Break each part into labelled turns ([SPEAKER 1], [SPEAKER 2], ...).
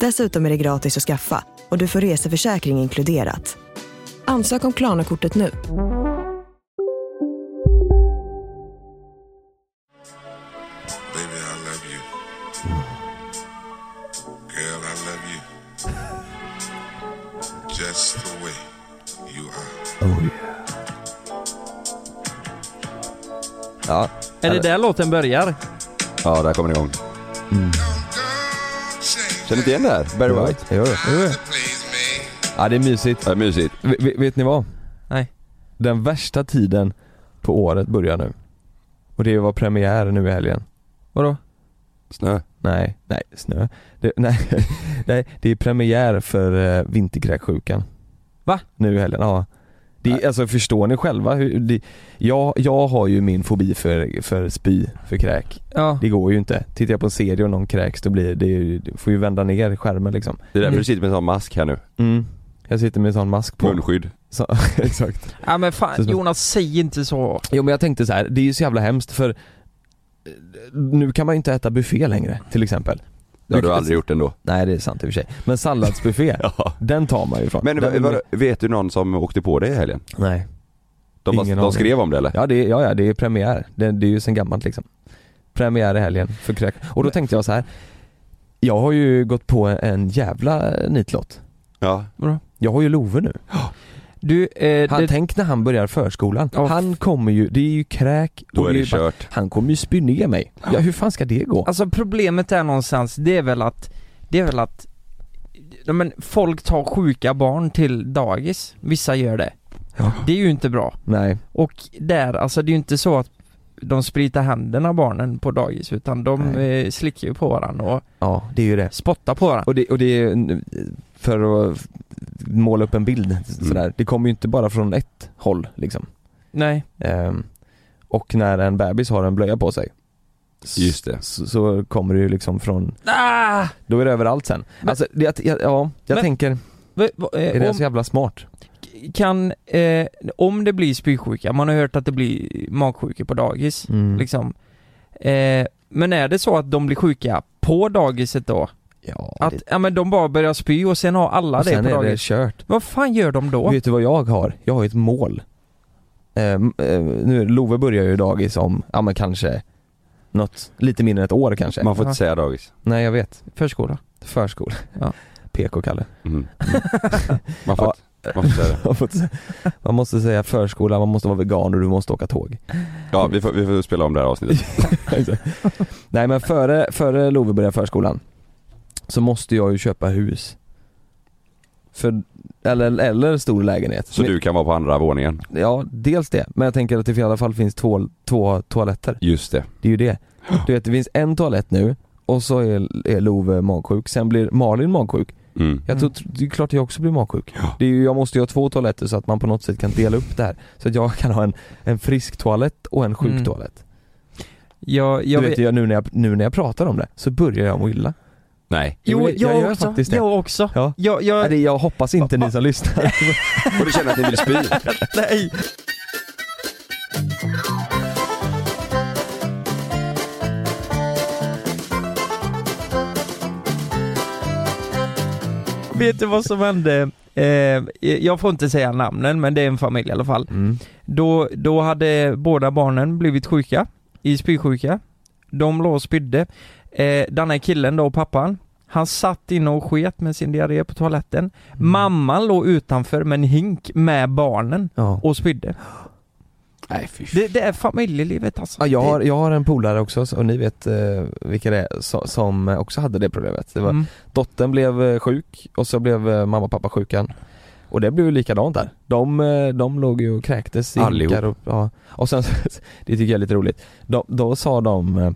[SPEAKER 1] Dessutom är det gratis att skaffa och du får reseförsäkring inkluderat. Ansök om Klarna-kortet nu.
[SPEAKER 2] Baby, I love you. Girl, I love you. Just the way you are.
[SPEAKER 3] Ja,
[SPEAKER 4] Är det där låten börjar?
[SPEAKER 3] ja där kommer den igång.
[SPEAKER 2] Don't change
[SPEAKER 3] Känner du inte igen det här? Barry
[SPEAKER 5] Jo,
[SPEAKER 3] White?
[SPEAKER 5] jo, jo.
[SPEAKER 2] to please me.
[SPEAKER 5] Ja, det är mysigt.
[SPEAKER 3] Ja, det är mysigt.
[SPEAKER 5] V- v- vet ni vad?
[SPEAKER 4] Nej.
[SPEAKER 5] Den värsta tiden på året börjar nu. Och det var premiär nu i helgen. Vadå?
[SPEAKER 3] Snö.
[SPEAKER 5] Nej, nej, snö. Det, nej, nej, det är premiär för eh, vinterkräksjukan.
[SPEAKER 4] Va?
[SPEAKER 5] Nu i helgen, ja. Det, är- alltså förstår ni själva hur, det, jag, jag har ju min fobi för, för spy, för kräk.
[SPEAKER 4] Ja.
[SPEAKER 5] Det går ju inte. Tittar jag på en serie och någon kräks då blir det, ju- det får ju vända ner skärmen liksom.
[SPEAKER 3] Det är därför
[SPEAKER 5] Mm.
[SPEAKER 3] du sitter med en sån mask här nu.
[SPEAKER 5] Mm. Jag sitter med en sån mask på.
[SPEAKER 3] Munskydd.
[SPEAKER 5] Så, exakt.
[SPEAKER 4] Ja men fan
[SPEAKER 5] Precis.
[SPEAKER 4] Jonas, säg inte så.
[SPEAKER 5] Jo men jag tänkte så här, det är ju så jävla hemskt för eh, nu kan man ju inte äta buffé längre till exempel.
[SPEAKER 3] Det har du aldrig gjort ändå.
[SPEAKER 5] Nej det är sant i och för sig. Men salladsbuffé,
[SPEAKER 3] Ja.
[SPEAKER 5] den tar man ju ifrån.
[SPEAKER 3] Men
[SPEAKER 5] den,
[SPEAKER 3] vad- vad- vet du någon som åkte på det i helgen?
[SPEAKER 5] Nej.
[SPEAKER 3] De, var,
[SPEAKER 5] Ingen
[SPEAKER 3] de
[SPEAKER 5] aning.
[SPEAKER 3] skrev om det eller?
[SPEAKER 5] Ja det, är- ja, ja, det är premiär. Det, det är ju sen gammalt liksom. Premiär i helgen för kräk. Och då tänkte jag så här. jag har ju gått på en jävla nitlott.
[SPEAKER 3] Ja.
[SPEAKER 5] Jag har ju Love nu.
[SPEAKER 4] Du, eh,
[SPEAKER 5] Han,
[SPEAKER 4] det,
[SPEAKER 5] Tänk när han börjar förskolan.
[SPEAKER 4] Ja.
[SPEAKER 5] Han kommer ju, det är ju kräk
[SPEAKER 3] Då
[SPEAKER 5] och
[SPEAKER 3] är det
[SPEAKER 5] ju bara-
[SPEAKER 3] kört.
[SPEAKER 5] Han kommer ju spy ner mig. Ja, hur fan ska det gå?
[SPEAKER 4] alltså problemet är någonstans, det är väl att, det är väl att, ja, men folk tar sjuka barn till dagis. Vissa gör det.
[SPEAKER 5] Ja.
[SPEAKER 4] Det är ju inte bra.
[SPEAKER 5] Nej.
[SPEAKER 4] Och där, alltså det är ju inte så att de spritar händerna barnen på dagis utan de
[SPEAKER 5] Nej.
[SPEAKER 4] eh, slickar ju på varandra och
[SPEAKER 5] Ja, det är ju det.
[SPEAKER 4] spottar på varandra.
[SPEAKER 5] Och det, och det är, för att måla upp en bild
[SPEAKER 4] Mm.
[SPEAKER 5] sådär, det kommer ju inte bara från ett håll liksom.
[SPEAKER 4] Nej.
[SPEAKER 5] Ehm, och när en bebis har en blöja på sig s-
[SPEAKER 3] Just det.
[SPEAKER 5] Så, så kommer det ju liksom från,
[SPEAKER 4] Ah!
[SPEAKER 5] då är det överallt sen.
[SPEAKER 4] Men-
[SPEAKER 5] alltså, det, att- ja, ja, jag
[SPEAKER 4] Men-
[SPEAKER 5] tänker,
[SPEAKER 4] Va- va- eh,
[SPEAKER 5] är det
[SPEAKER 4] om-
[SPEAKER 5] så jävla smart?
[SPEAKER 4] kan, eh, om det blir spysjuka, man har hört att det blir magsjuka på dagis,
[SPEAKER 5] Mm.
[SPEAKER 4] liksom. Eh, men är det så att de blir sjuka på dagiset då?
[SPEAKER 5] ja,
[SPEAKER 4] Att, ja men de bara börjar spy och sen har alla
[SPEAKER 5] och
[SPEAKER 4] det
[SPEAKER 5] sen
[SPEAKER 4] på
[SPEAKER 5] är det
[SPEAKER 4] dagis?
[SPEAKER 5] kört.
[SPEAKER 4] Vad fan gör de då?
[SPEAKER 5] Vet du vad jag har? Jag har ett mål. Ehm, eh, nu, Love börjar ju dagis om, ja men kanske något, lite mindre än ett år kanske.
[SPEAKER 3] Man får
[SPEAKER 4] Ja.
[SPEAKER 3] inte säga dagis.
[SPEAKER 5] Nej jag vet,
[SPEAKER 4] Förskola?
[SPEAKER 5] förskola.
[SPEAKER 4] Ja.
[SPEAKER 5] PK-Kalle.
[SPEAKER 3] Mm. Man får
[SPEAKER 5] Ja.
[SPEAKER 3] inte man får säga det.
[SPEAKER 5] Man får inte säga- man måste säga förskola, man måste vara vegan och du måste åka tåg.
[SPEAKER 3] Ja, vi får, vi får spela om det här avsnittet.
[SPEAKER 5] Exakt. Nej men före, före Love börjar förskolan så måste jag ju köpa hus. För, eller, eller stor lägenhet.
[SPEAKER 3] Så du kan vara på andra våningen.
[SPEAKER 5] Ja, dels det. Men jag tänker att det i alla fall finns två, två toaletter.
[SPEAKER 3] Just det.
[SPEAKER 5] Det är ju det. Du vet, det finns en toalett nu och så är, är Love magsjuk, sen blir Malin magsjuk.
[SPEAKER 3] Mm.
[SPEAKER 5] Jag tror, det är klart jag också blir magsjuk.
[SPEAKER 3] Ja.
[SPEAKER 5] Det är ju, jag måste ju ha två toaletter så att man på något sätt kan dela upp det här. Så att jag kan ha en, en frisk toalett och en sjuk
[SPEAKER 4] Mm.
[SPEAKER 5] toalett.
[SPEAKER 4] Jag,
[SPEAKER 5] Du
[SPEAKER 4] jag
[SPEAKER 5] vet,
[SPEAKER 4] vet,
[SPEAKER 5] jag, nu, när jag, nu när jag pratar om det så börjar jag må illa.
[SPEAKER 3] Nej.
[SPEAKER 5] Jo,
[SPEAKER 4] jo,
[SPEAKER 5] jag
[SPEAKER 4] jag,
[SPEAKER 5] gör
[SPEAKER 4] också.
[SPEAKER 5] faktiskt det.
[SPEAKER 4] Jag också.
[SPEAKER 5] Ja.
[SPEAKER 4] Jag,
[SPEAKER 5] Nej,
[SPEAKER 4] jag,
[SPEAKER 5] det- Jag hoppas inte ni som lyssnar.
[SPEAKER 3] Och du känner att ni vill spy?
[SPEAKER 4] nej. Vet du vad som hände? Eh, jag får inte säga namnen men det är en familj i alla fall.
[SPEAKER 5] Mm.
[SPEAKER 4] Då, då hade båda barnen blivit sjuka, i spysjuka. De låg och spydde. Eh, den här killen då, pappan, han satt inne och sket med sin diarré på toaletten.
[SPEAKER 5] Mm.
[SPEAKER 4] Mamman låg utanför med en hink med barnen
[SPEAKER 5] Ja.
[SPEAKER 4] och spydde.
[SPEAKER 3] Nej fy
[SPEAKER 4] Det, det är familjelivet alltså.
[SPEAKER 5] Ja, jag,
[SPEAKER 4] Det-
[SPEAKER 5] har, jag har en polare också, och ni vet eh, vilka det är, so- som också hade det problemet. Det var,
[SPEAKER 4] Mm.
[SPEAKER 5] Dottern blev eh, sjuk och så blev eh, mamma och pappa sjukan. Och det blev ju likadant där. De, eh, de låg ju och kräktes i
[SPEAKER 3] Allihop.
[SPEAKER 5] hinkar och, ja. och sen, det tycker jag är lite roligt. De, då sa de eh,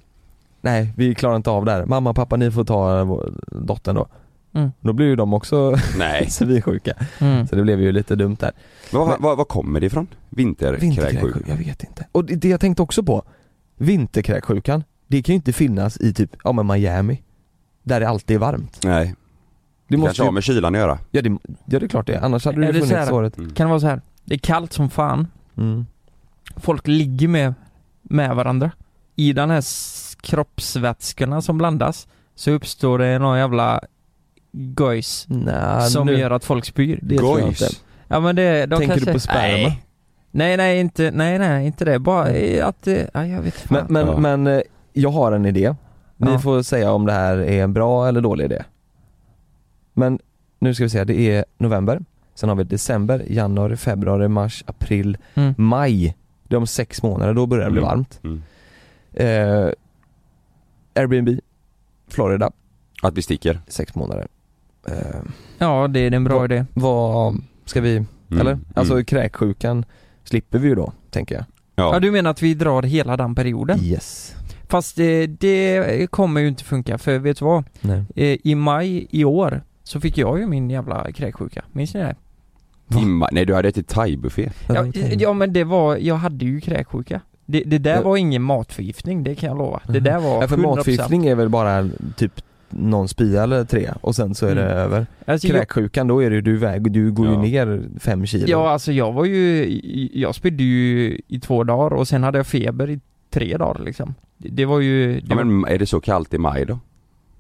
[SPEAKER 5] Nej vi klarar inte av det här. Mamma och pappa ni får ta vår- dottern då.
[SPEAKER 4] Mm.
[SPEAKER 5] Då blev ju de också
[SPEAKER 3] Nej.
[SPEAKER 5] svinsjuka.
[SPEAKER 4] Mm.
[SPEAKER 5] Så det blev ju lite dumt där.
[SPEAKER 3] Men vad, vad, vad kommer det ifrån? Vinterkräksjuka?
[SPEAKER 5] Vinterkräksjuka, jag vet inte. Och det, det jag tänkte också på, vinterkräksjukan, det kan ju inte finnas i typ, ja men Miami. Där det alltid är varmt.
[SPEAKER 3] Nej.
[SPEAKER 5] Du
[SPEAKER 3] Det kanske
[SPEAKER 5] måste ju,
[SPEAKER 3] har med kylan att göra.
[SPEAKER 5] ja, det, ja det är klart det, annars hade
[SPEAKER 4] Är
[SPEAKER 5] det ju
[SPEAKER 4] det så här?
[SPEAKER 5] funnits året.
[SPEAKER 3] Mm.
[SPEAKER 4] Kan det vara så här? Det är kallt som fan.
[SPEAKER 5] Mm.
[SPEAKER 4] Folk ligger med, med varandra. I den här s- kroppsvätskorna som blandas så uppstår det någon jävla gojs
[SPEAKER 5] Nej,
[SPEAKER 4] som
[SPEAKER 5] nu,
[SPEAKER 4] gör att folk spyr.
[SPEAKER 5] det tror jag inte.
[SPEAKER 3] Gojs?
[SPEAKER 4] Ja men det, de
[SPEAKER 5] Tänker
[SPEAKER 4] kanske...
[SPEAKER 5] du på sperma?
[SPEAKER 3] Nej.
[SPEAKER 4] Nej nej inte, nej nej inte det. Bara eh, att det, ja, jag vet fan.
[SPEAKER 5] Mm. Men, men,
[SPEAKER 3] Ja.
[SPEAKER 5] men eh, jag har en idé. Ni
[SPEAKER 4] Ja.
[SPEAKER 5] får säga om det här är en bra eller dålig idé. Men nu ska vi se, det är november, sen har vi december, januari, februari, mars, april,
[SPEAKER 4] Mm.
[SPEAKER 5] maj. Det är om sex månader, då börjar det bli
[SPEAKER 3] Mm.
[SPEAKER 5] varmt.
[SPEAKER 3] Mm.
[SPEAKER 5] Eh, Airbnb, Florida,
[SPEAKER 3] Att vi sticker?
[SPEAKER 5] sex månader. Eh,
[SPEAKER 4] Ja det är en bra
[SPEAKER 5] Vad-
[SPEAKER 4] idé.
[SPEAKER 5] vad ska vi,
[SPEAKER 3] Mm.
[SPEAKER 5] eller?
[SPEAKER 3] Mm.
[SPEAKER 5] Alltså kräksjukan slipper vi ju då, tänker jag.
[SPEAKER 3] Ja.
[SPEAKER 4] Ja du menar att vi drar hela den perioden?
[SPEAKER 5] Yes.
[SPEAKER 4] Fast det, det kommer ju inte funka för vet du vad?
[SPEAKER 5] Nej.
[SPEAKER 4] Eh, I maj i år så fick jag ju min jävla kräksjuka. Minns ni det?
[SPEAKER 5] Va?
[SPEAKER 3] Imma, Mm. nej du hade ätit thaibuffé.
[SPEAKER 4] Ja, ja men det var, jag hade ju kräksjuka. Det, det där
[SPEAKER 5] Ja.
[SPEAKER 4] var ingen matförgiftning, det kan jag lova. Det
[SPEAKER 5] Mhm.
[SPEAKER 4] där var 100%.
[SPEAKER 5] Ja, för matförgiftning är väl bara typ någon spia eller tre och sen så är det
[SPEAKER 4] Mm.
[SPEAKER 5] över.
[SPEAKER 4] Alltså, jag,
[SPEAKER 5] Kräksjukan då är det ju du väg, du går ju
[SPEAKER 3] Ja.
[SPEAKER 5] ner fem kilo.
[SPEAKER 4] ja alltså jag var ju, jag spydde ju i två dagar och sen hade jag feber i tre dagar liksom. Det, det var ju... Det
[SPEAKER 3] Ja,
[SPEAKER 4] var,
[SPEAKER 3] men är det så kallt i maj då?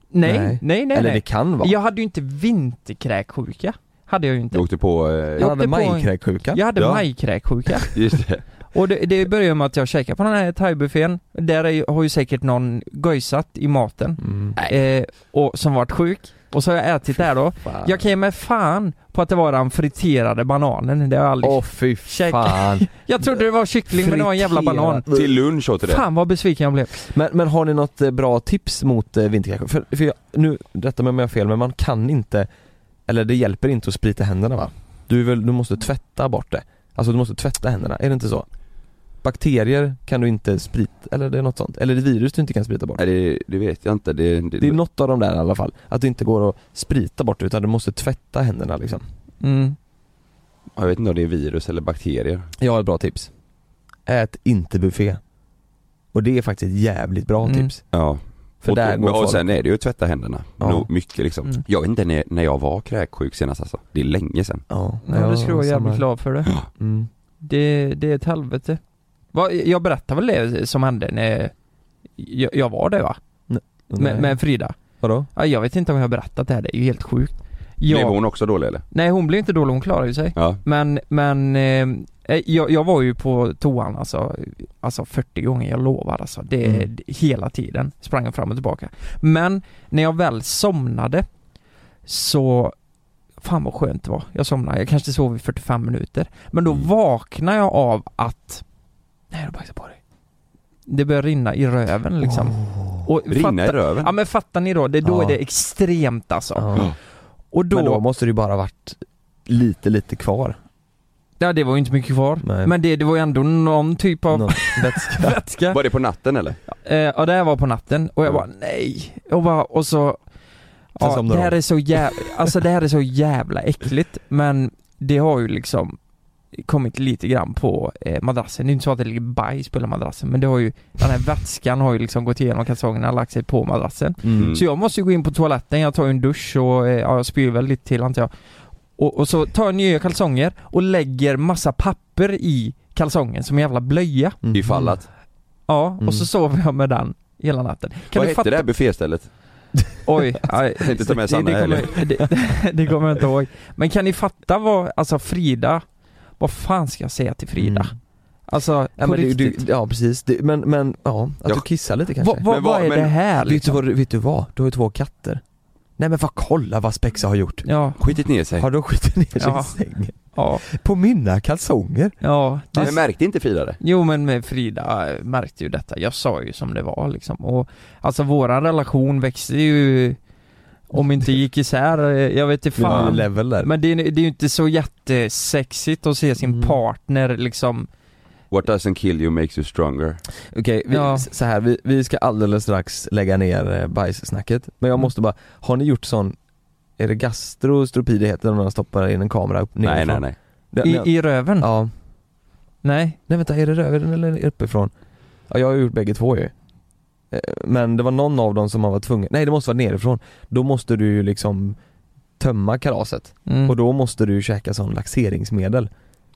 [SPEAKER 4] nej, nej,
[SPEAKER 5] Nej.
[SPEAKER 4] nej, nej.
[SPEAKER 5] eller det kan vara.
[SPEAKER 4] Jag hade ju inte vinterkräksjuka. Hade jag ju inte.
[SPEAKER 3] Du åkte på... Eh,
[SPEAKER 5] jag
[SPEAKER 4] åkte
[SPEAKER 5] hade
[SPEAKER 4] på en-
[SPEAKER 5] majkräksjuka.
[SPEAKER 4] Jag hade
[SPEAKER 3] Ja.
[SPEAKER 4] majkräksjuka.
[SPEAKER 3] Just det.
[SPEAKER 4] Och det, det började med att jag käkade på den här thaibuffén. Där är, ju- har ju säkert någon gojsat i maten.
[SPEAKER 5] Mm.
[SPEAKER 4] Eh, och som varit sjuk. Och så har jag ätit där då.
[SPEAKER 5] Fan.
[SPEAKER 4] Jag kan ge mig fan på att det var den friterade bananen, det har jag aldrig...
[SPEAKER 5] Åh fy
[SPEAKER 4] Käk-
[SPEAKER 5] fan.
[SPEAKER 4] jag trodde det var kyckling men det var en jävla
[SPEAKER 5] Friterad.
[SPEAKER 4] banan.
[SPEAKER 3] Till lunch åt du det.
[SPEAKER 4] Fan vad besviken jag blev.
[SPEAKER 5] Men, men har ni något eh, bra tips mot eh, vinterkräksjuka? För, för jag, nu, rätta mig om jag har fel men man kan inte, eller det hjälper inte att sprita händerna va? Du, är väl, du måste tvätta bort det. Alltså du måste tvätta händerna, är det inte så? Bakterier kan du inte sprita, eller det är något sånt. Eller det är virus du inte kan sprita bort.
[SPEAKER 3] Nej, det, det vet jag inte. Det, det,
[SPEAKER 5] Det är något av de där i alla fall. Att det inte går att sprita bort utan du måste tvätta händerna liksom.
[SPEAKER 4] Mm.
[SPEAKER 3] jag vet inte om det är virus eller bakterier.
[SPEAKER 5] Jag har ett bra tips. Ät inte buffé. Och det är faktiskt ett jävligt bra
[SPEAKER 4] Mm.
[SPEAKER 5] tips.
[SPEAKER 3] Ja.
[SPEAKER 5] För
[SPEAKER 3] och,
[SPEAKER 5] där går
[SPEAKER 3] och,
[SPEAKER 5] folk.
[SPEAKER 3] och sen är det ju att tvätta händerna.
[SPEAKER 5] Ja.
[SPEAKER 3] Nog mycket liksom.
[SPEAKER 4] Mm.
[SPEAKER 3] Jag vet inte när, när jag var kräksjuk senast alltså. Det är länge sedan.
[SPEAKER 5] Ja,
[SPEAKER 4] Ja, du skulle vara
[SPEAKER 5] samma.
[SPEAKER 4] jävligt glad för det.
[SPEAKER 5] Mm.
[SPEAKER 4] Det, det är ett helvete. Va, jag berättade väl det som hände när jag, jag var det va? Med,
[SPEAKER 5] Nej.
[SPEAKER 4] med Frida.
[SPEAKER 5] Vadå?
[SPEAKER 4] Ja, Jag vet inte om jag har berättat det här, det är ju helt sjukt.
[SPEAKER 3] Blev
[SPEAKER 4] Jag,
[SPEAKER 3] hon också dålig eller?
[SPEAKER 4] nej hon blev inte dålig, hon klarade ju sig.
[SPEAKER 3] Ja.
[SPEAKER 4] Men, men eh, jag, jag var ju på toan alltså, alltså 40 gånger, jag lovar alltså. Det,
[SPEAKER 5] Mm.
[SPEAKER 4] det- Hela tiden sprang jag fram och tillbaka. Men när jag väl somnade så, fan vad skönt det var. Jag somnade, jag kanske sov i 45 minuter. Men då
[SPEAKER 3] Mm.
[SPEAKER 4] vaknade jag av att, nej jag bajsade på dig. Det började rinna i röven liksom. Och
[SPEAKER 3] Oh, Rinna i
[SPEAKER 4] fatta-
[SPEAKER 3] röven?
[SPEAKER 4] Ja men fattar ni då, det, då
[SPEAKER 5] Ja.
[SPEAKER 4] är det extremt alltså.
[SPEAKER 5] Ja.
[SPEAKER 4] Och då,
[SPEAKER 5] Men då måste det ju bara varit lite, lite kvar.
[SPEAKER 4] ja det var ju inte mycket kvar.
[SPEAKER 5] Nej.
[SPEAKER 4] Men det, det var ju ändå någon typ av
[SPEAKER 5] Någon vätska.
[SPEAKER 4] vätska.
[SPEAKER 3] Var det på natten eller?
[SPEAKER 4] Eh, och det här var på natten och jag
[SPEAKER 3] Ja.
[SPEAKER 4] bara nej. Och, bara, och så...
[SPEAKER 5] Sen
[SPEAKER 4] Ja,
[SPEAKER 5] somnade
[SPEAKER 4] det här
[SPEAKER 5] de.
[SPEAKER 4] är så jävla, alltså det här är så jävla äckligt men det har ju liksom kommit lite grann på eh, madrassen. Det är inte så att det ligger bajs på hela madrassen men det har ju, den här vätskan har ju liksom gått igenom kalsongerna och lagt sig på madrassen.
[SPEAKER 5] Mm.
[SPEAKER 4] Så jag måste ju gå in på toaletten, jag tar ju en dusch och eh, ja, jag spyr väl lite till antar jag. Och, och så tar jag nya kalsonger och lägger massa papper i kalsongen som en jävla blöja.
[SPEAKER 5] Mm.
[SPEAKER 3] Ifall att.
[SPEAKER 4] Ja, och så
[SPEAKER 5] Mm.
[SPEAKER 4] sov jag med den hela natten. Kan
[SPEAKER 3] Vad
[SPEAKER 4] du
[SPEAKER 3] hette
[SPEAKER 4] fatta?
[SPEAKER 3] det här bufféstället?
[SPEAKER 4] Oj, aj,
[SPEAKER 3] Tänkte ta med
[SPEAKER 4] det,
[SPEAKER 3] Sanna
[SPEAKER 4] det, kommer,
[SPEAKER 3] heller.
[SPEAKER 4] det, det kommer jag inte ihåg. Men kan ni fatta vad, alltså Frida, vad fan ska jag säga till Frida?
[SPEAKER 5] Mm.
[SPEAKER 4] Alltså,
[SPEAKER 5] Ja,
[SPEAKER 4] på
[SPEAKER 5] men du, du,
[SPEAKER 4] riktigt.
[SPEAKER 5] ja precis, det, men, men ja, att
[SPEAKER 3] Ja.
[SPEAKER 5] du kissar lite kanske.
[SPEAKER 4] vad, vad,
[SPEAKER 3] Men vad-
[SPEAKER 4] vad är
[SPEAKER 3] men-
[SPEAKER 4] det här
[SPEAKER 5] vet, du
[SPEAKER 4] liksom?
[SPEAKER 5] vad, du- vet du vad? Du har ju två katter. Nej men vad kolla vad Spexa har gjort.
[SPEAKER 4] Ja,
[SPEAKER 3] Skitit ner sig.
[SPEAKER 5] Har de skitit ner sig
[SPEAKER 4] Ja.
[SPEAKER 5] i sängen?
[SPEAKER 4] ja,
[SPEAKER 5] På mina kalsonger?
[SPEAKER 4] ja. Det,
[SPEAKER 3] Men märkte inte Frida det?
[SPEAKER 4] Jo men med Frida eh, märkte ju detta, jag sa ju som det var liksom och alltså våran relation växte ju om inte gick isär, eh, jag vet inte
[SPEAKER 5] Fan.
[SPEAKER 4] fan.
[SPEAKER 5] level där.
[SPEAKER 4] Men det är, det är ju inte så jättesexigt att se sin
[SPEAKER 5] Mm.
[SPEAKER 4] partner liksom
[SPEAKER 3] What doesn't kill you makes you stronger.
[SPEAKER 5] Okej, vi,
[SPEAKER 4] Ja.
[SPEAKER 5] så här, vi, vi ska alldeles strax lägga ner eh, bajssnacket Men
[SPEAKER 4] Mm.
[SPEAKER 5] jag måste bara, har ni gjort sån, är det gastrostropi det heter när man stoppar in en kamera upp
[SPEAKER 3] Nej, nej,
[SPEAKER 5] nerifrån?
[SPEAKER 3] nej.
[SPEAKER 5] Det-
[SPEAKER 4] i, i röven.
[SPEAKER 5] Ja,
[SPEAKER 4] Nej.
[SPEAKER 5] nej vänta, är det röven eller uppifrån? Ja, jag har gjort bägge två ju Eh, Men det var någon av dem som man var tvungen, nej det måste vara nerifrån Då måste du ju liksom tömma kalaset
[SPEAKER 4] Mm.
[SPEAKER 5] och då måste du ju käka sån laxeringsmedel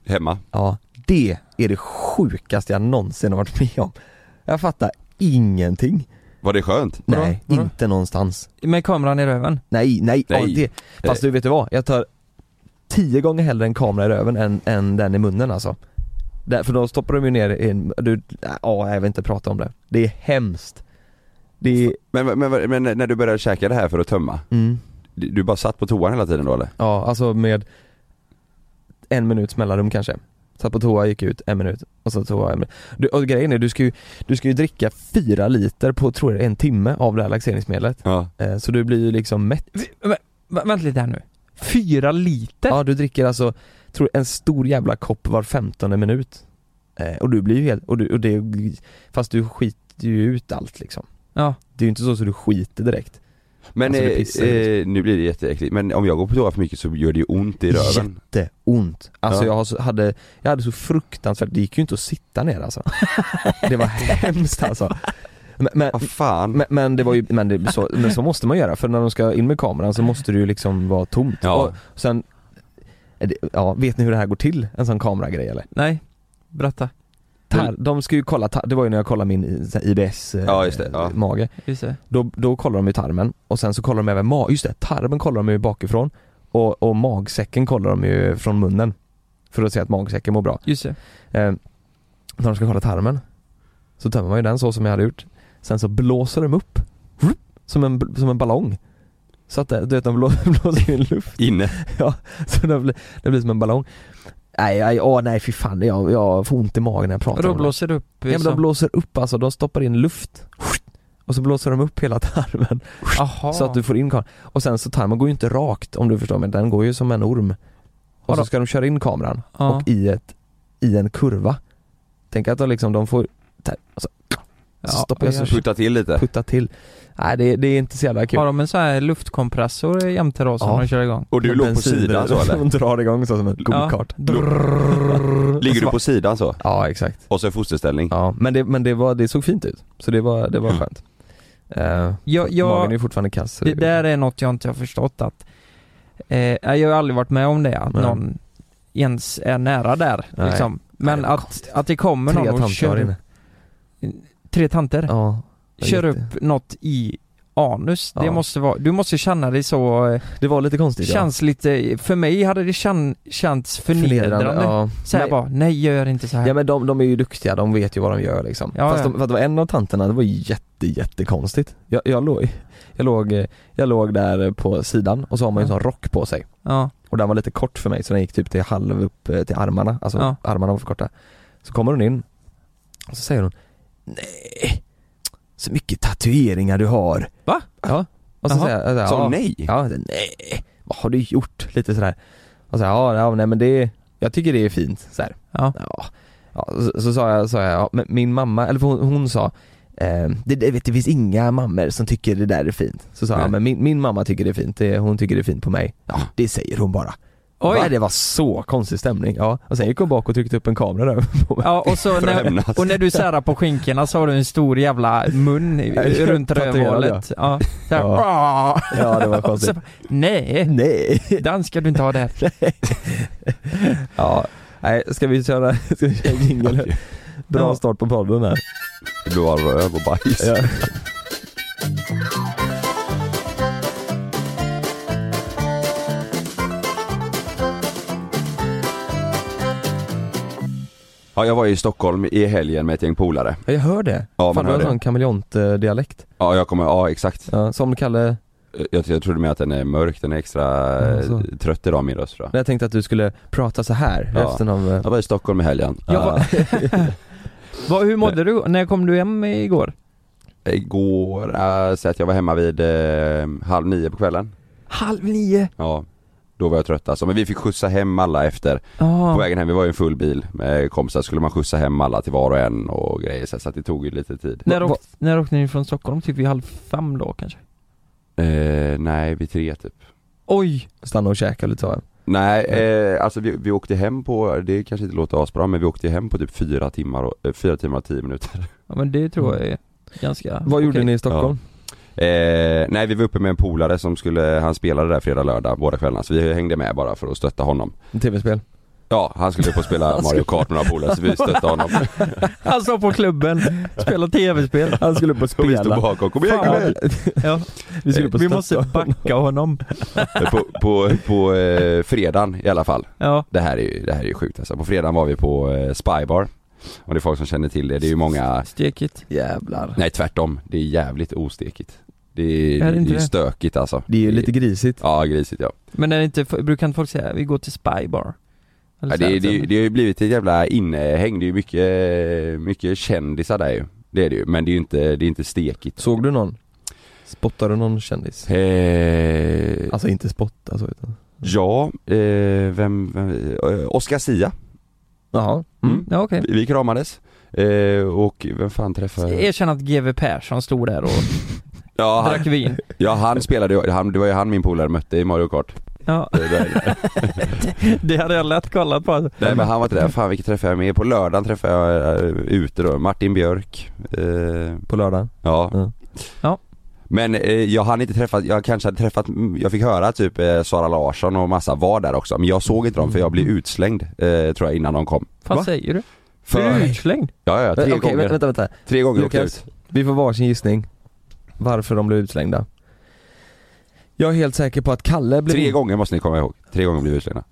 [SPEAKER 3] Hemma.
[SPEAKER 5] Ja, det är det sjukaste jag någonsin har varit med om Jag fattar ingenting
[SPEAKER 3] Var det skönt?
[SPEAKER 4] Vadå?
[SPEAKER 5] Nej,
[SPEAKER 4] Vadå?
[SPEAKER 5] inte någonstans
[SPEAKER 4] Med kameran i röven.
[SPEAKER 5] Nej, nej,
[SPEAKER 3] Nej.
[SPEAKER 5] ja, det. Fast du vet du vad? Jag tar tio gånger hellre en kamera i röven än, än den i munnen alltså. Där, för då stoppar de ju ner i en, du, ja jag vill inte prata om det. Det är hemskt. Det är,
[SPEAKER 3] Men, men, men, men när du började käka det här för att tömma,
[SPEAKER 5] mm,
[SPEAKER 3] du du bara satt på toan hela tiden då eller?
[SPEAKER 5] ja alltså med en minuts mellanrum kanske. Satt på toa, gick ut en minut och så toa en minut. Du, och grejen är du ska ju, du ska ju dricka fyra liter på tror jag en timme av det här laxeringsmedlet.
[SPEAKER 3] Ja.
[SPEAKER 5] Eh, Så du blir ju liksom mätt.
[SPEAKER 4] Vä- vänta lite här nu. Fyra liter?
[SPEAKER 5] Ja du dricker alltså, tror jag, en stor jävla kopp var femtonde minut. Eh, och du blir ju helt, och, du, och det, fast du skiter ju ut allt liksom.
[SPEAKER 4] Ja.
[SPEAKER 5] Det är ju inte så så du skiter direkt.
[SPEAKER 3] Men
[SPEAKER 5] Alltså, det
[SPEAKER 3] eh,
[SPEAKER 5] pissar ju.
[SPEAKER 3] eh, nu blir det jätteäckligt, men om jag går på toa för mycket så gör det ju ont i röven.
[SPEAKER 5] Det är ont. Alltså
[SPEAKER 3] Ja.
[SPEAKER 5] jag har så- hade, jag hade så fruktansvärt, det gick ju inte att sitta ner alltså. Det var hemskt alltså. Men, men,
[SPEAKER 3] Vad fan.
[SPEAKER 5] men, men det var ju, men, det, så, men så måste man göra för när de ska in med kameran så måste det ju liksom vara tomt.
[SPEAKER 3] Ja.
[SPEAKER 5] Och sen, är det- ja, vet ni hur det här går till? En sån kameragrej eller?
[SPEAKER 4] Nej. Berätta.
[SPEAKER 5] Tar, de ska ju kolla, tar, det var ju när jag kollade min i- så här IBS eh,
[SPEAKER 3] Ja, just det, ja.
[SPEAKER 5] mage.
[SPEAKER 4] Just det.
[SPEAKER 5] Då, då kollar de ju tarmen och sen så kollar de även mag, just det, tarmen kollar de ju bakifrån och, och magsäcken kollar de ju från munnen. För att se att magsäcken mår bra.
[SPEAKER 4] Just det.
[SPEAKER 5] Eh, när de ska kolla tarmen så tömmer man ju den så som jag hade gjort. Sen så blåser de upp, Vroom! som en, som en ballong. Så att det- du vet de blå- blåser in luft.
[SPEAKER 3] Inne.
[SPEAKER 5] Så det blir, det blir som en ballong. Nej, nej, åh, nej fy fan, jag, jag får ont i magen när jag pratar
[SPEAKER 4] Och då
[SPEAKER 5] om det.
[SPEAKER 4] blåser det upp. eh,
[SPEAKER 5] Ja men
[SPEAKER 4] så-
[SPEAKER 5] de blåser upp alltså, de stoppar in luft och så blåser de upp hela tarmen
[SPEAKER 4] Aha.
[SPEAKER 5] så att du får in kameran. Och sen så tarmen går ju inte rakt om du förstår mig, den går ju som en orm. Och så ska de köra in kameran
[SPEAKER 4] Ja.
[SPEAKER 5] och i, ett, i en kurva. Tänk att de liksom, de får där, och så så stoppar jag så-
[SPEAKER 4] jävlar.
[SPEAKER 3] Putta till lite.
[SPEAKER 5] putta till. Nej det, det är inte så jävla kul.
[SPEAKER 4] Har de en sån här luftkompressor jämte då som
[SPEAKER 5] Ja.
[SPEAKER 4] de kör igång?
[SPEAKER 3] Och du
[SPEAKER 5] Med
[SPEAKER 3] låg på
[SPEAKER 5] bensin
[SPEAKER 3] sidan så
[SPEAKER 5] där,
[SPEAKER 3] eller?
[SPEAKER 5] De drar igång så som en go-kart.
[SPEAKER 3] Ligger du på
[SPEAKER 5] Alltså,
[SPEAKER 3] sidan så?
[SPEAKER 5] Ja exakt.
[SPEAKER 3] Och så fosterställning?
[SPEAKER 5] Ja, men det, men det, var, det såg fint ut. Så det var, det var
[SPEAKER 3] Mm.
[SPEAKER 5] skönt. Eh,
[SPEAKER 4] Jag,
[SPEAKER 5] Magen är liksom-
[SPEAKER 4] jag,
[SPEAKER 5] ju fortfarande kass. så
[SPEAKER 4] det
[SPEAKER 5] det-
[SPEAKER 4] där är något jag inte har förstått att eh, Jag har aldrig varit med om det, att
[SPEAKER 5] Nej.
[SPEAKER 4] någon ens är nära där
[SPEAKER 5] Nej.
[SPEAKER 4] liksom. Men
[SPEAKER 5] Nej, det var
[SPEAKER 4] att, att det kommer
[SPEAKER 5] Tre
[SPEAKER 4] någon och
[SPEAKER 5] tanter var det
[SPEAKER 4] kör
[SPEAKER 5] inne.
[SPEAKER 4] Tre tanter?
[SPEAKER 5] Ja. det var
[SPEAKER 4] kör
[SPEAKER 5] jätte-
[SPEAKER 4] upp något i anus. Det
[SPEAKER 5] Ja.
[SPEAKER 4] måste vara, du måste känna dig så, eh,
[SPEAKER 5] Det var lite konstigt
[SPEAKER 4] känns lite, för mig hade det känn, känts förnedrande.
[SPEAKER 5] Ja.
[SPEAKER 4] Så här
[SPEAKER 5] Nej.
[SPEAKER 4] bara, nej gör inte så här.
[SPEAKER 5] ja men de, de är ju duktiga, de vet ju vad de gör liksom.
[SPEAKER 4] Ja,
[SPEAKER 5] Fast,
[SPEAKER 4] ja.
[SPEAKER 5] De, för att det var en av tanterna, det var ju jätte, jättekonstigt. Jag, jag, låg, jag, låg, eh, jag låg där på sidan och så har man ju en
[SPEAKER 4] Ja.
[SPEAKER 5] sån rock på sig.
[SPEAKER 4] ja,
[SPEAKER 5] Och den var lite kort för mig så den gick typ till halv upp eh, till armarna, alltså
[SPEAKER 4] Ja.
[SPEAKER 5] armarna var för korta. Så kommer hon in och så säger hon Nej, så mycket tatueringar du har.
[SPEAKER 4] Va?
[SPEAKER 5] Ja. Och så
[SPEAKER 4] Jaha.
[SPEAKER 5] säger jag, jag
[SPEAKER 3] Sa
[SPEAKER 5] ja.
[SPEAKER 3] hon nej?
[SPEAKER 5] Ja, så, nej, vad har du gjort? Lite sådär. Och så, ja, ja, nej men det, jag tycker det är fint. Så, här.
[SPEAKER 4] ja.
[SPEAKER 5] Ja. Ja, så, så sa jag, sa jag ja, men min mamma, eller för hon, hon sa eh, det, det, vet, det finns inga mammor som tycker det där är fint. Så sa
[SPEAKER 3] Nej.
[SPEAKER 5] jag, men min, min mamma tycker det är fint, det, hon tycker det är fint på mig. Ja, det säger hon bara.
[SPEAKER 4] Mm. Oj.
[SPEAKER 5] Va? Det var så konstig stämning. Ja. Och sen gick hon bak och tryckte upp en kamera där på mig.
[SPEAKER 4] Ja och så
[SPEAKER 3] För att
[SPEAKER 4] när,
[SPEAKER 3] hämnas.
[SPEAKER 4] och när du särar på skinkorna så har du en stor jävla mun i-
[SPEAKER 5] Ja, jag
[SPEAKER 4] runt
[SPEAKER 5] tatuerade,
[SPEAKER 4] rövhålet. Ja. Så här,
[SPEAKER 5] Ja, det var
[SPEAKER 4] och så
[SPEAKER 5] konstigt.
[SPEAKER 4] bara, nej,
[SPEAKER 5] Nej.
[SPEAKER 4] den ska du inte ha där.
[SPEAKER 5] Ja. Nej, ska vi köra, ska vi köra jingel? Bra
[SPEAKER 4] Ja.
[SPEAKER 5] start på podden här.
[SPEAKER 3] Det blir bara röv och bajs.
[SPEAKER 5] Ja.
[SPEAKER 3] Ja, jag var i Stockholm i helgen med ett gäng polare.
[SPEAKER 5] Ja, jag hör det.
[SPEAKER 3] Ja, man
[SPEAKER 5] Fan, du
[SPEAKER 3] hör
[SPEAKER 5] har
[SPEAKER 3] det.
[SPEAKER 5] en sån kameleont-dialekt.
[SPEAKER 3] Ja, jag kommer, ja exakt.
[SPEAKER 5] Ja, som Kalle
[SPEAKER 3] jag, jag trodde med att den är mörk, den är extra eh,
[SPEAKER 5] Ja, så.
[SPEAKER 3] trött idag min röst tror jag.
[SPEAKER 5] Jag tänkte att du skulle prata så här
[SPEAKER 3] Ja.
[SPEAKER 5] resten av... eh,
[SPEAKER 3] Jag var i Stockholm i helgen.
[SPEAKER 4] Jag var-
[SPEAKER 3] Ah,
[SPEAKER 4] Vad, hur mådde du? När kom du hem igår?
[SPEAKER 3] igår, äh, så att jag var hemma vid eh, halv nio på kvällen.
[SPEAKER 4] Halv nio.
[SPEAKER 3] Ja. Då var jag trött alltså, men vi fick skjutsa hem alla efter. På
[SPEAKER 4] Ja.
[SPEAKER 3] vägen hem, vi var ju en full bil med kompisar, skulle man skjutsa hem alla till var och en och grejer så, så att det tog ju lite tid.
[SPEAKER 4] När,
[SPEAKER 5] Va-
[SPEAKER 4] åkte, när åkte ni från Stockholm? Typ vid halv fem då kanske?
[SPEAKER 3] Eh, nej, vi tre typ.
[SPEAKER 4] Oj!
[SPEAKER 5] Stanna och käka lite så.
[SPEAKER 3] Nej, eh, alltså vi, vi åkte hem på, det kanske inte låter asbra, men vi åkte hem på typ fyra timmar och, eh, fyra timmar och tio minuter.
[SPEAKER 4] Ja men det tror jag är ganska
[SPEAKER 5] Mm. Vad gjorde
[SPEAKER 4] okej.
[SPEAKER 5] ni i Stockholm?
[SPEAKER 3] Eh, nej, vi var uppe med en polare som skulle, han spelade där fredag, lördag båda kvällarna, så vi hängde med bara för att stötta honom.
[SPEAKER 5] Tv-spel?
[SPEAKER 3] Ja, han skulle upp och spela
[SPEAKER 5] Han
[SPEAKER 3] Mario
[SPEAKER 5] skulle-
[SPEAKER 3] Kart med några polare, så vi stöttade honom.
[SPEAKER 4] Han står på klubben, spelar tv-spel.
[SPEAKER 5] Han skulle upp och
[SPEAKER 3] Och vi stod
[SPEAKER 5] spela.
[SPEAKER 3] bakom, kom igen,
[SPEAKER 4] Fan,
[SPEAKER 3] kom
[SPEAKER 4] vad-
[SPEAKER 3] igen!
[SPEAKER 4] Ja.
[SPEAKER 5] Vi skulle på
[SPEAKER 4] Vi måste
[SPEAKER 5] Stockholm.
[SPEAKER 4] backa honom.
[SPEAKER 3] På, på, på eh, fredagen i alla fall.
[SPEAKER 4] Ja.
[SPEAKER 3] Det här är ju, det här är ju sjukt alltså. På fredagen var vi på eh, Spybar. Om det är folk som känner till det, det är ju många
[SPEAKER 4] Stekigt.
[SPEAKER 5] Jävlar.
[SPEAKER 3] Nej tvärtom, det är jävligt ostekigt. Det är,
[SPEAKER 4] Är det
[SPEAKER 3] det
[SPEAKER 4] inte
[SPEAKER 3] är ju
[SPEAKER 4] det?
[SPEAKER 3] stökigt alltså.
[SPEAKER 5] Det är ju lite grisigt.
[SPEAKER 3] Ja, grisigt ja.
[SPEAKER 4] Men är det inte, brukar inte folk säga vi går till spybar? Eller
[SPEAKER 3] ja
[SPEAKER 4] så
[SPEAKER 3] det,
[SPEAKER 4] här,
[SPEAKER 3] det,
[SPEAKER 4] så-
[SPEAKER 3] det har ju blivit ett jävla innehäng, det är ju mycket, mycket kändisar där ju. Det är det ju, men det är ju inte, det är inte stekigt.
[SPEAKER 5] Såg du någon? Spottade du någon kändis?
[SPEAKER 3] Eh,
[SPEAKER 5] Alltså inte spotta så utan...
[SPEAKER 3] ja, eh, vem, vem eh, Oscar Sia.
[SPEAKER 5] Jaha.
[SPEAKER 3] Mm.
[SPEAKER 4] Ja okej.
[SPEAKER 3] Vi kramades. Eh, och vem fan träffade jag?
[SPEAKER 4] Erkänn att GW Persson stod där och
[SPEAKER 3] Ja
[SPEAKER 4] drack
[SPEAKER 3] han,
[SPEAKER 4] vin.
[SPEAKER 3] ja, han spelade ju, han, det var ju han min polare mötte i Mario Kart.
[SPEAKER 4] Ja,
[SPEAKER 3] Det där-
[SPEAKER 4] det hade jag lätt kollat på.
[SPEAKER 3] Nej men han var inte där, fan vilka träffade jag med? På lördagen träffade jag eh, ute då, Martin Björk eh,
[SPEAKER 5] På lördag?
[SPEAKER 3] Ja
[SPEAKER 5] Ja.
[SPEAKER 4] Ja.
[SPEAKER 3] Men eh, jag hann inte träffat, jag kanske hade träffat, mm, jag fick höra typ eh, Sara Larsson och massa var där också Men jag såg inte dem för jag
[SPEAKER 4] Mm.
[SPEAKER 3] blev utslängd eh, tror jag innan de kom
[SPEAKER 4] Vad
[SPEAKER 3] Va?
[SPEAKER 4] säger du?
[SPEAKER 3] För,
[SPEAKER 4] Du Eh, är utslängd.
[SPEAKER 3] ja ja, tre
[SPEAKER 5] Okej,
[SPEAKER 3] gånger,
[SPEAKER 5] vänta, vänta.
[SPEAKER 3] tre gånger åkte jag
[SPEAKER 5] Lukas,
[SPEAKER 3] ut
[SPEAKER 5] vi får varsin gissning. Varför de blev utslängda. Jag är helt säker på att Kalle blev...
[SPEAKER 3] Tre gånger måste ni komma ihåg, tre gånger blev vi utslängda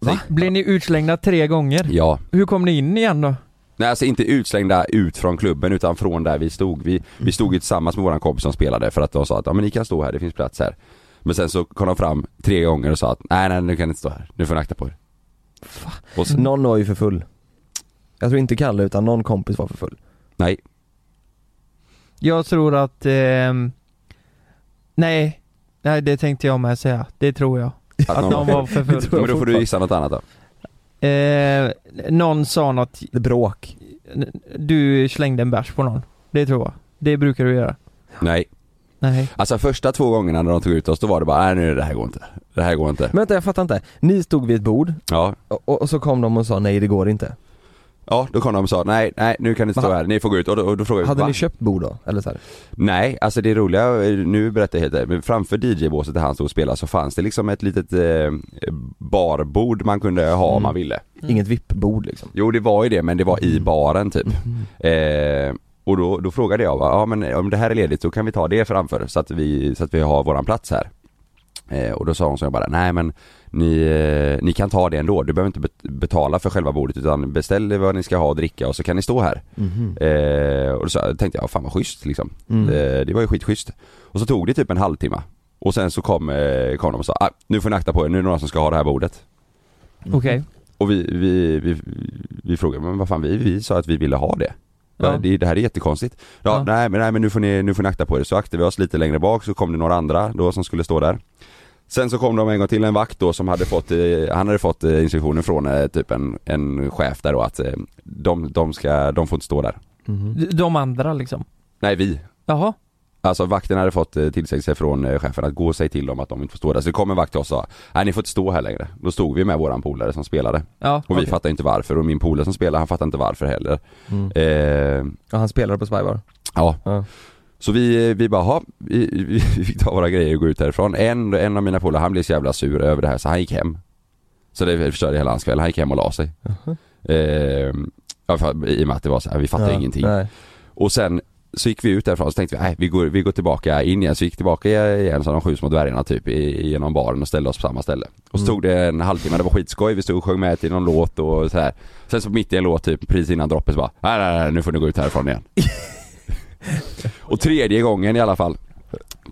[SPEAKER 4] Va? Blev ni utslängda tre gånger?
[SPEAKER 3] Ja,
[SPEAKER 4] Hur kom ni in igen då?
[SPEAKER 3] nej alltså inte utslängda ut från klubben utan från där vi stod Vi, vi stod
[SPEAKER 4] Mm.
[SPEAKER 3] ju tillsammans med våran kompis som spelade för att de sa att ja men ni kan stå här, det finns plats här Men sen så kom de fram tre gånger och sa att nej nej nu kan ni inte stå här, nu får ni akta på er och sen,
[SPEAKER 5] Någon var ju för full. Jag tror inte Kalle utan någon kompis var för full.
[SPEAKER 3] Nej,
[SPEAKER 4] Jag tror att... ehm, nej. Nej det tänkte jag med säga. Det tror jag.
[SPEAKER 3] att
[SPEAKER 4] Att någon var för
[SPEAKER 5] Det
[SPEAKER 4] full.
[SPEAKER 5] tror
[SPEAKER 3] Men då får du gissa något annat då
[SPEAKER 4] Eh, någon sa något,
[SPEAKER 5] Det är bråk.
[SPEAKER 4] du slängde en bärs på någon. Det tror jag. Det brukar du göra.
[SPEAKER 3] Nej
[SPEAKER 4] Nej.
[SPEAKER 3] Alltså första två gångerna när de tog ut oss, då var det bara nej nu det här går inte, det här går inte
[SPEAKER 5] Men vänta jag fattar inte. Ni stod vid ett bord
[SPEAKER 3] Ja,
[SPEAKER 5] och, och, och så kom de och sa nej det går inte.
[SPEAKER 3] ja då kom de och sa nej, nej nu kan ni inte stå
[SPEAKER 5] Va?
[SPEAKER 3] här, ni får gå ut och då, och då frågade vi
[SPEAKER 5] Hade
[SPEAKER 3] "Va?"
[SPEAKER 5] ni köpt bord då? Eller så här?
[SPEAKER 3] Nej, alltså det roliga, nu berättar jag helt ärligt, men framför DJ-båset där han stod och spelade så fanns det liksom ett litet eh, barbord man kunde ha om
[SPEAKER 5] Mm.
[SPEAKER 3] man ville
[SPEAKER 5] Inget vippbord liksom. Mm.
[SPEAKER 3] Jo det var ju det, men det var i baren typ
[SPEAKER 5] Mm-hmm.
[SPEAKER 3] Eh, och då, då frågade jag, va, ja men om det här är ledigt så kan vi ta det framför så att vi, så att vi har våran plats här. Eh, och då sa hon så jag bara, nej men ni, eh, ni kan ta det ändå, du behöver inte bet- betala för själva bordet utan beställ vad ni ska ha och dricka och så kan ni stå här.
[SPEAKER 5] Mhm.
[SPEAKER 3] Eh, och då sa, jag- tänkte jag, fan vad schysst liksom.
[SPEAKER 5] Mm.
[SPEAKER 3] Eh, det var ju skitschysst. Och så tog det typ en halvtimme. Och sen så kom, eh, kom de och sa, ah, nu får ni akta på er, nu är det några som ska ha det här bordet.
[SPEAKER 4] Okej.
[SPEAKER 3] Och vi, vi, vi, vi frågade, men vad fan vi, vi sa att vi ville ha det.
[SPEAKER 4] Ja.
[SPEAKER 3] Det, det här är jättekonstigt. Ja,
[SPEAKER 4] Ja.
[SPEAKER 3] Nej, men, nej men nu får, ni, nu får ni akta på er. Så aktade vi oss lite längre bak så kom det några andra då som skulle stå där. Sen så kom de en gång till, en vakt då som hade fått, eh, han hade fått eh, instruktioner från eh, typ en, en chef där då att eh, de, de ska, de får inte stå där.
[SPEAKER 5] Mhm.
[SPEAKER 4] D- De andra liksom.
[SPEAKER 3] Nej vi.
[SPEAKER 4] Jaha.
[SPEAKER 3] Alltså vakten hade fått eh, tillsägelse sig från eh, chefen att gå och säga till dem att de inte får stå där. Så det kom en vakt till oss och sa, nej ni får inte stå här längre. Då stod vi med våran polare som spelade.
[SPEAKER 4] Ja.
[SPEAKER 3] Och vi
[SPEAKER 4] okej.
[SPEAKER 3] fattar inte varför och min polare som spelar han fattar inte varför heller.
[SPEAKER 5] Mm.
[SPEAKER 3] Eh,
[SPEAKER 5] Ja han spelade på Spybar.
[SPEAKER 3] ja.
[SPEAKER 5] Ja.
[SPEAKER 3] Så vi, vi bara, "Ha, vi, vi fick ta våra grejer och gå ut härifrån. En, en av mina polare han blev så jävla sur över det här så han gick hem. Så det förstörde hela hans kväll, han gick hem och la sig. Eh, ja, för- I och med att det var så här, vi fattade
[SPEAKER 5] Ja,
[SPEAKER 3] ingenting.
[SPEAKER 5] Nej.
[SPEAKER 3] Och sen så gick vi ut därifrån så tänkte vi, nej vi går, vi går tillbaka in igen. Så vi gick tillbaka igen som de sju små dvärgarna typ i- genom baren och ställde oss på samma ställe. Och så
[SPEAKER 5] Mm.
[SPEAKER 3] tog det en halvtimme, det var skitskoj, vi stod och sjöng med till någon låt och så här. Sen så mitt i en låt typ, precis innan droppet så bara, nej nej nej nu får ni gå ut härifrån igen. och tredje gången i alla fall.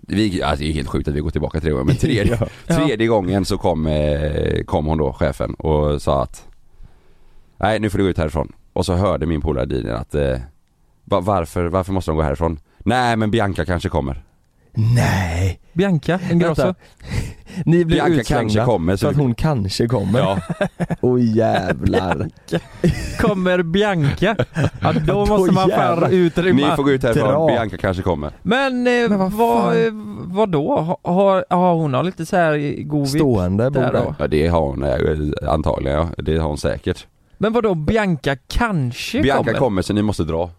[SPEAKER 3] vi, alltså det är helt sjukt att vi går tillbaka tre gånger men tredje, tredje gången så kom, eh, kom hon då, chefen och sa att Nej nu får du gå ut härifrån. Och så hörde min polare Daniel att eh, va- varför, varför måste de gå härifrån? Nej men Bianca kanske kommer.
[SPEAKER 5] Nej!
[SPEAKER 4] Bianca Ingrosso.
[SPEAKER 5] Vänta. Ni blir
[SPEAKER 3] Bianca kanske
[SPEAKER 5] utslängda
[SPEAKER 3] kommer.
[SPEAKER 5] för
[SPEAKER 3] Så
[SPEAKER 5] att hon kanske kommer.
[SPEAKER 3] Ja,
[SPEAKER 5] Åh jävlar.
[SPEAKER 4] Kommer Bianca? Ja, då måste man
[SPEAKER 5] jävlar.
[SPEAKER 4] fan
[SPEAKER 3] ni
[SPEAKER 4] utrymma.
[SPEAKER 3] får gå ut härifrån,
[SPEAKER 5] Dra.
[SPEAKER 3] Bianca kanske kommer.
[SPEAKER 4] Men, eh,
[SPEAKER 5] Men vad
[SPEAKER 4] vad,
[SPEAKER 5] fan?
[SPEAKER 4] vad, då? Har, har, ja, hon har lite så här eh, god vibb.
[SPEAKER 5] Stående bord
[SPEAKER 4] Där
[SPEAKER 5] där.
[SPEAKER 4] då.
[SPEAKER 3] Ja det har hon eh, antagligen ja, det har hon säkert.
[SPEAKER 4] Men vad då Bianca kanske
[SPEAKER 3] Bianca kommer.
[SPEAKER 4] kommer?
[SPEAKER 3] så ni måste dra.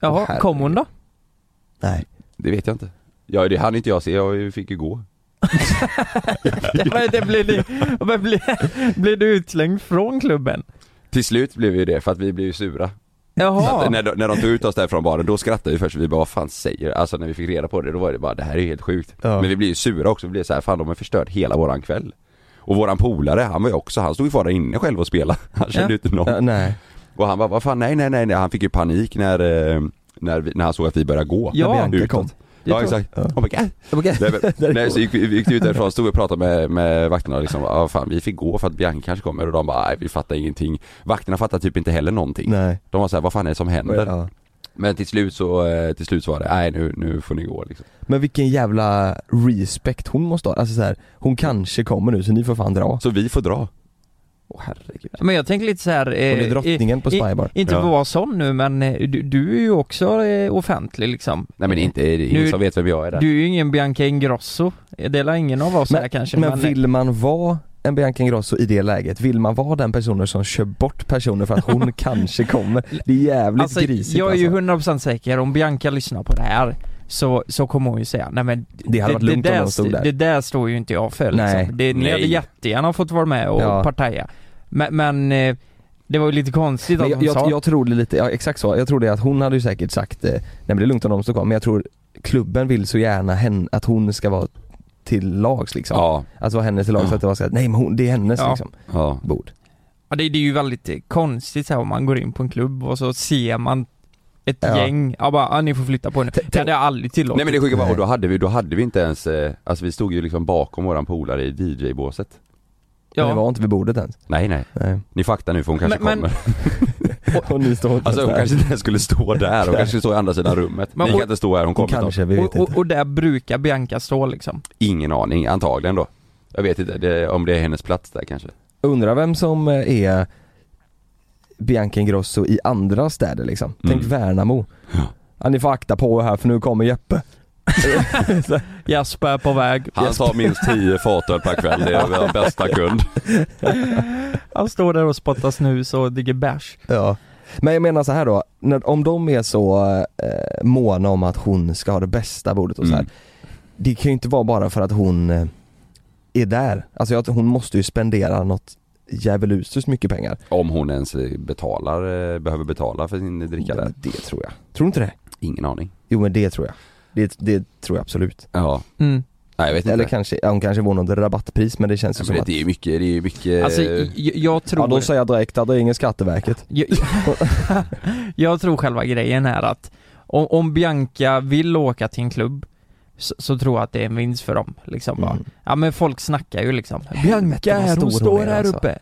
[SPEAKER 4] Jaha,
[SPEAKER 5] Herregud.
[SPEAKER 4] kom hon då?
[SPEAKER 5] Nej.
[SPEAKER 3] Det vet jag inte. Ja det hann inte jag se, jag fick ju gå.
[SPEAKER 4] Nej, det blir, det, men blir, blir du utslängd från klubben?
[SPEAKER 3] Till slut blev vi ju det för att vi blev ju sura. Så
[SPEAKER 4] Jaha.
[SPEAKER 3] att när, de, när de tog ut oss därifrån baren, då skrattade vi först, vi bara vad fan säger du?" Alltså när vi fick reda på det, då var det bara det här är ju helt sjukt.
[SPEAKER 5] Ja.
[SPEAKER 3] Men vi blev ju sura också, vi blev så här, fan de har förstört hela våran kväll. Och våran polare, han var ju också, han stod ju kvar där inne själv och spelade. Han kände ju inte någon.
[SPEAKER 5] Ja, nej.
[SPEAKER 3] Och han bara, vad fan nej nej nej, nej. han fick ju panik när, eh, när, vi, när han såg att vi började gå.
[SPEAKER 4] Ja,
[SPEAKER 5] Bianca
[SPEAKER 3] utåt.
[SPEAKER 5] kom.
[SPEAKER 3] Ja exakt.
[SPEAKER 5] Ja.
[SPEAKER 3] Oh my God. Nej, men, nej, så gick, vi- vi gick ut därifrån, stod och pratade med, med vakterna och liksom, ah, fan vi fick gå för att Bianca kanske kommer och de bara, nej vi fattar ingenting. Vakterna fattar typ inte heller någonting.
[SPEAKER 5] Nej.
[SPEAKER 3] De var såhär, vad fan är det som händer?
[SPEAKER 5] Ja.
[SPEAKER 3] Men till slut så, eh, till slut så var det, nej nu, nu får ni gå liksom.
[SPEAKER 5] Men vilken jävla respekt hon måste ha. Alltså så här, hon kanske kommer nu så ni får fan dra.
[SPEAKER 3] Så vi får dra.
[SPEAKER 5] Åh herregud.
[SPEAKER 4] Men jag tänker lite så här... eh,
[SPEAKER 5] Hon är drottningen på
[SPEAKER 4] i-
[SPEAKER 5] Spybar.
[SPEAKER 4] Inte för
[SPEAKER 3] Ja.
[SPEAKER 4] att vara sån nu men eh, du, du är ju också eh, offentlig liksom.
[SPEAKER 3] Nej men inte, det är ingen
[SPEAKER 4] Nu-
[SPEAKER 3] som vet vem jag är där.
[SPEAKER 4] Du är ju ingen Bianca Ingrosso. Det är ingen av oss här kanske.
[SPEAKER 5] men vill man vara en Bianca Ingrosso i det läget, vill man vara den personen som kör bort personer för att hon kanske kommer? Det är jävligt
[SPEAKER 4] alltså,
[SPEAKER 5] grisigt
[SPEAKER 4] jag är ju
[SPEAKER 5] alltså.
[SPEAKER 4] 100% säker, om Bianca lyssnar på det här så, så kommer hon ju säga nej men
[SPEAKER 5] Det hade varit lugnt om
[SPEAKER 4] där,
[SPEAKER 5] hon stod
[SPEAKER 4] st-
[SPEAKER 5] där.
[SPEAKER 4] Det där står ju inte jag för
[SPEAKER 5] Nej.
[SPEAKER 4] liksom. det, Ni
[SPEAKER 3] Nej.
[SPEAKER 4] hade jättegärna fått vara med och
[SPEAKER 5] Ja.
[SPEAKER 4] partaja. Men, men eh, det var ju lite konstigt
[SPEAKER 5] Men
[SPEAKER 4] att
[SPEAKER 5] jag,
[SPEAKER 4] hon
[SPEAKER 5] jag,
[SPEAKER 4] sa.
[SPEAKER 5] jag tror det lite, ja exakt så. Jag tror det att hon hade ju säkert sagt, eh, nej men det är lugnt om de står kvar, men jag tror klubben vill så gärna hen, att hon ska vara till lags liksom.
[SPEAKER 3] Ja,
[SPEAKER 5] Att vara henne till lags,
[SPEAKER 3] Ja.
[SPEAKER 5] att det var så här, nej men hon, det är hennes
[SPEAKER 4] Ja.
[SPEAKER 5] liksom,
[SPEAKER 3] ja.
[SPEAKER 5] bord.
[SPEAKER 4] ja, det, det är ju väldigt eh, konstigt så här, om man går in på en klubb och så ser man ett
[SPEAKER 5] Ja.
[SPEAKER 4] gäng, ja bara, ja, ni får flytta på nu. Det hade jag aldrig tillåtit.
[SPEAKER 3] Nej men det sjuka var,
[SPEAKER 5] Nej.
[SPEAKER 3] och då hade vi, då hade vi inte ens, eh, alltså vi stod ju liksom bakom våran polare i DJ-båset.
[SPEAKER 5] Men det
[SPEAKER 4] ja.
[SPEAKER 5] var inte vid bordet ens.
[SPEAKER 3] Nej nej,
[SPEAKER 5] Nej.
[SPEAKER 3] ni får akta nu för hon kanske
[SPEAKER 4] Men- men-
[SPEAKER 3] kommer.
[SPEAKER 5] Och ni står inte ens
[SPEAKER 3] Alltså hon
[SPEAKER 5] där.
[SPEAKER 3] kanske inte ens skulle stå där, hon kanske skulle stå i andra sidan rummet.
[SPEAKER 4] Men-
[SPEAKER 3] Ni kan inte stå här, hon
[SPEAKER 5] Hon
[SPEAKER 3] kommer snart.
[SPEAKER 5] kanske, vi vet
[SPEAKER 4] och,
[SPEAKER 5] inte.
[SPEAKER 4] och, och där brukar Bianca stå liksom.
[SPEAKER 3] Ingen aning, antagligen då. Jag vet inte det, om det är hennes plats där kanske.
[SPEAKER 5] Undrar vem som eh, är Bianca Ingrosso i andra städer liksom. Tänk
[SPEAKER 3] Mm.
[SPEAKER 5] Värnamo.
[SPEAKER 3] Ja.
[SPEAKER 5] Ja, ni får akta på er här för nu kommer Jeppe.
[SPEAKER 4] Jasper är på väg.
[SPEAKER 3] Han tar minst 10 fatöl per kväll, det är vår bästa kund.
[SPEAKER 4] Han står där och spottar snus och dricker bärs.
[SPEAKER 5] Ja. Men jag menar så här då, när, om de är så eh, måna om att hon ska ha det bästa bordet och så här.
[SPEAKER 3] Mm.
[SPEAKER 5] Det kan ju inte vara bara för att hon eh, är där. Alltså jag, hon måste ju spendera något djävulusiskt mycket pengar.
[SPEAKER 3] Om hon ens eh, betalar, eh, behöver betala för sin dricka där.
[SPEAKER 5] det tror jag. Tror du inte det?
[SPEAKER 3] Ingen aning.
[SPEAKER 5] Jo men det tror jag. Det, det tror jag absolut.
[SPEAKER 3] Ja, nej jag vet inte.
[SPEAKER 5] Eller kanske, ja, hon kanske får något rabattpris men det känns ju
[SPEAKER 3] Nej,
[SPEAKER 5] som
[SPEAKER 3] men det,
[SPEAKER 5] att
[SPEAKER 3] det är ju mycket, det är ju mycket...
[SPEAKER 4] Alltså jag, jag tror...
[SPEAKER 5] Eh, Ja då säger jag direkt att det är ingen Skatteverket.
[SPEAKER 4] jag, jag tror själva grejen är att om, om Bianca vill åka till en klubb så, så tror jag att det är en vinst för dem. Liksom bara.
[SPEAKER 5] Mm.
[SPEAKER 4] Ja men folk snackar ju liksom.
[SPEAKER 5] Helvete,
[SPEAKER 4] Bianca
[SPEAKER 5] vad
[SPEAKER 4] här,
[SPEAKER 5] stor
[SPEAKER 4] hon
[SPEAKER 5] hon
[SPEAKER 4] står
[SPEAKER 5] är,
[SPEAKER 4] här
[SPEAKER 5] alltså."
[SPEAKER 4] uppe.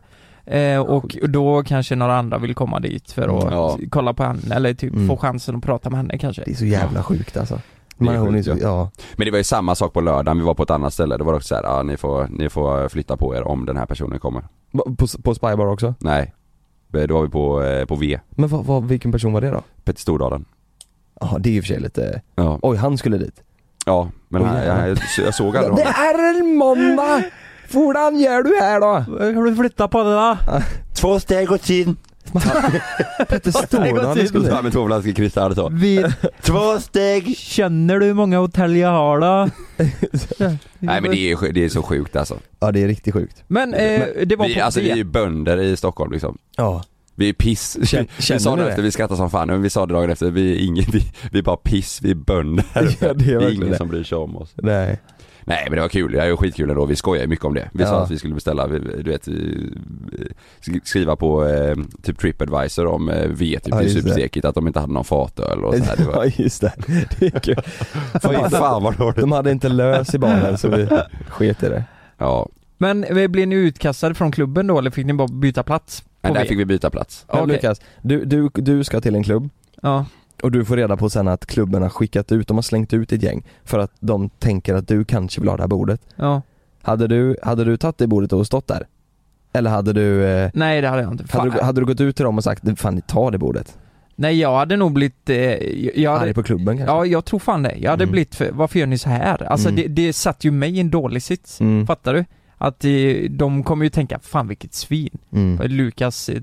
[SPEAKER 4] Eh, och då kanske några andra vill komma dit för att
[SPEAKER 3] Mm, ja.
[SPEAKER 4] kolla på henne eller typ
[SPEAKER 5] Mm.
[SPEAKER 4] få chansen att prata med henne kanske.
[SPEAKER 5] Det är så jävla sjukt alltså.
[SPEAKER 3] Det är
[SPEAKER 5] Man, hon är
[SPEAKER 3] sjukt,
[SPEAKER 5] så,
[SPEAKER 3] ja.
[SPEAKER 5] ja.
[SPEAKER 3] Men det var ju samma sak på lördagen, vi var på ett annat ställe, det var också såhär, ah, ni, får, ni får flytta på er om den här personen kommer.
[SPEAKER 5] Va- På, på Spybar också?
[SPEAKER 3] Nej. Eh, Då var vi på, eh, på V,
[SPEAKER 5] Men vad, vad, vilken person var det då?
[SPEAKER 3] Petter Stordalen.
[SPEAKER 5] Ja det är ju för sig lite,
[SPEAKER 3] Ja.
[SPEAKER 5] oj han skulle dit.
[SPEAKER 3] Ja, men
[SPEAKER 5] Oj,
[SPEAKER 3] han,
[SPEAKER 5] jävlar.
[SPEAKER 3] jag, jag, jag såg aldrig honom.
[SPEAKER 5] är en måndag! Hvordan gör du här då?
[SPEAKER 4] Har du flyttat på det då?
[SPEAKER 3] Två steg åt sidan.
[SPEAKER 5] Petter Stordalen skulle
[SPEAKER 3] Fram med två flaskor kristall så.
[SPEAKER 4] Vi,
[SPEAKER 3] Två steg!
[SPEAKER 4] känner du hur många hotell jag har då?
[SPEAKER 3] Nej men det är, sj- det är så sjukt alltså.
[SPEAKER 5] Ja det är riktigt sjukt.
[SPEAKER 4] Men eh, det var
[SPEAKER 3] Vi,
[SPEAKER 4] på
[SPEAKER 3] alltså vi är
[SPEAKER 4] det.
[SPEAKER 3] ju bönder i Stockholm liksom.
[SPEAKER 5] Ja.
[SPEAKER 3] Vi är piss.
[SPEAKER 5] Känner
[SPEAKER 3] vi sa
[SPEAKER 5] ni
[SPEAKER 3] det
[SPEAKER 5] det?
[SPEAKER 3] efter, vi skrattade som fan, men vi sa det dagen efter, vi är ingen, vi, vi är bara piss, vi är bönder.
[SPEAKER 5] Ja, det är
[SPEAKER 3] det är
[SPEAKER 5] verkligen
[SPEAKER 3] ingen
[SPEAKER 5] det.
[SPEAKER 3] som bryr sig om oss.
[SPEAKER 5] Nej.
[SPEAKER 3] Nej men det var kul, det var skitkul ändå, vi skojade ju mycket om det. Vi sa
[SPEAKER 5] Ja.
[SPEAKER 3] att vi skulle beställa, vi- du vet, eh, sk- skriva på eh, typ Tripadvisor om eh, vet
[SPEAKER 5] Ja,
[SPEAKER 3] i
[SPEAKER 5] just det.
[SPEAKER 3] superseket att de inte hade någon fatöl och så här. Det var,
[SPEAKER 5] Ja just det, det är kul.
[SPEAKER 3] fan, fan vad dåligt.
[SPEAKER 5] De hade inte lös i baren så vi sket i det.
[SPEAKER 3] Ja,
[SPEAKER 1] Men eh, blev ni utkastade från klubben då eller fick ni bara byta plats?
[SPEAKER 3] men
[SPEAKER 1] På
[SPEAKER 3] där
[SPEAKER 1] V?
[SPEAKER 3] fick vi byta plats.
[SPEAKER 5] Men
[SPEAKER 1] Okej.
[SPEAKER 5] Lukas, du, du, du ska till en klubb
[SPEAKER 1] Ja.
[SPEAKER 5] och du får reda på sen att klubben har skickat ut, de har slängt ut ett gäng för att de tänker att du kanske vill ha det här bordet.
[SPEAKER 1] ja.
[SPEAKER 5] Hade du, hade du tagit det bordet och stått där? Eller hade du, eh,
[SPEAKER 1] Nej det hade jag inte. Fan.
[SPEAKER 5] hade du, hade du gått ut till dem och sagt fan ta det bordet?
[SPEAKER 1] Nej jag hade nog blivit... Eh, jag, jag hade,
[SPEAKER 5] Arg på klubben kanske?
[SPEAKER 1] ja jag tror fan det. Jag hade
[SPEAKER 5] Mm.
[SPEAKER 1] blivit för, varför gör ni så här? Alltså
[SPEAKER 5] Mm.
[SPEAKER 1] det, det satt ju mig i en dålig sits.
[SPEAKER 5] Mm.
[SPEAKER 1] Fattar du? Att eh, de kommer ju tänka, fan vilket svin.
[SPEAKER 5] Mm.
[SPEAKER 1] Lukas eh,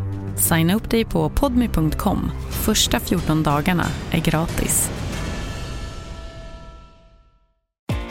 [SPEAKER 6] Signa upp dig på podmi.com. Första 14 dagarna är gratis.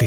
[SPEAKER 7] Det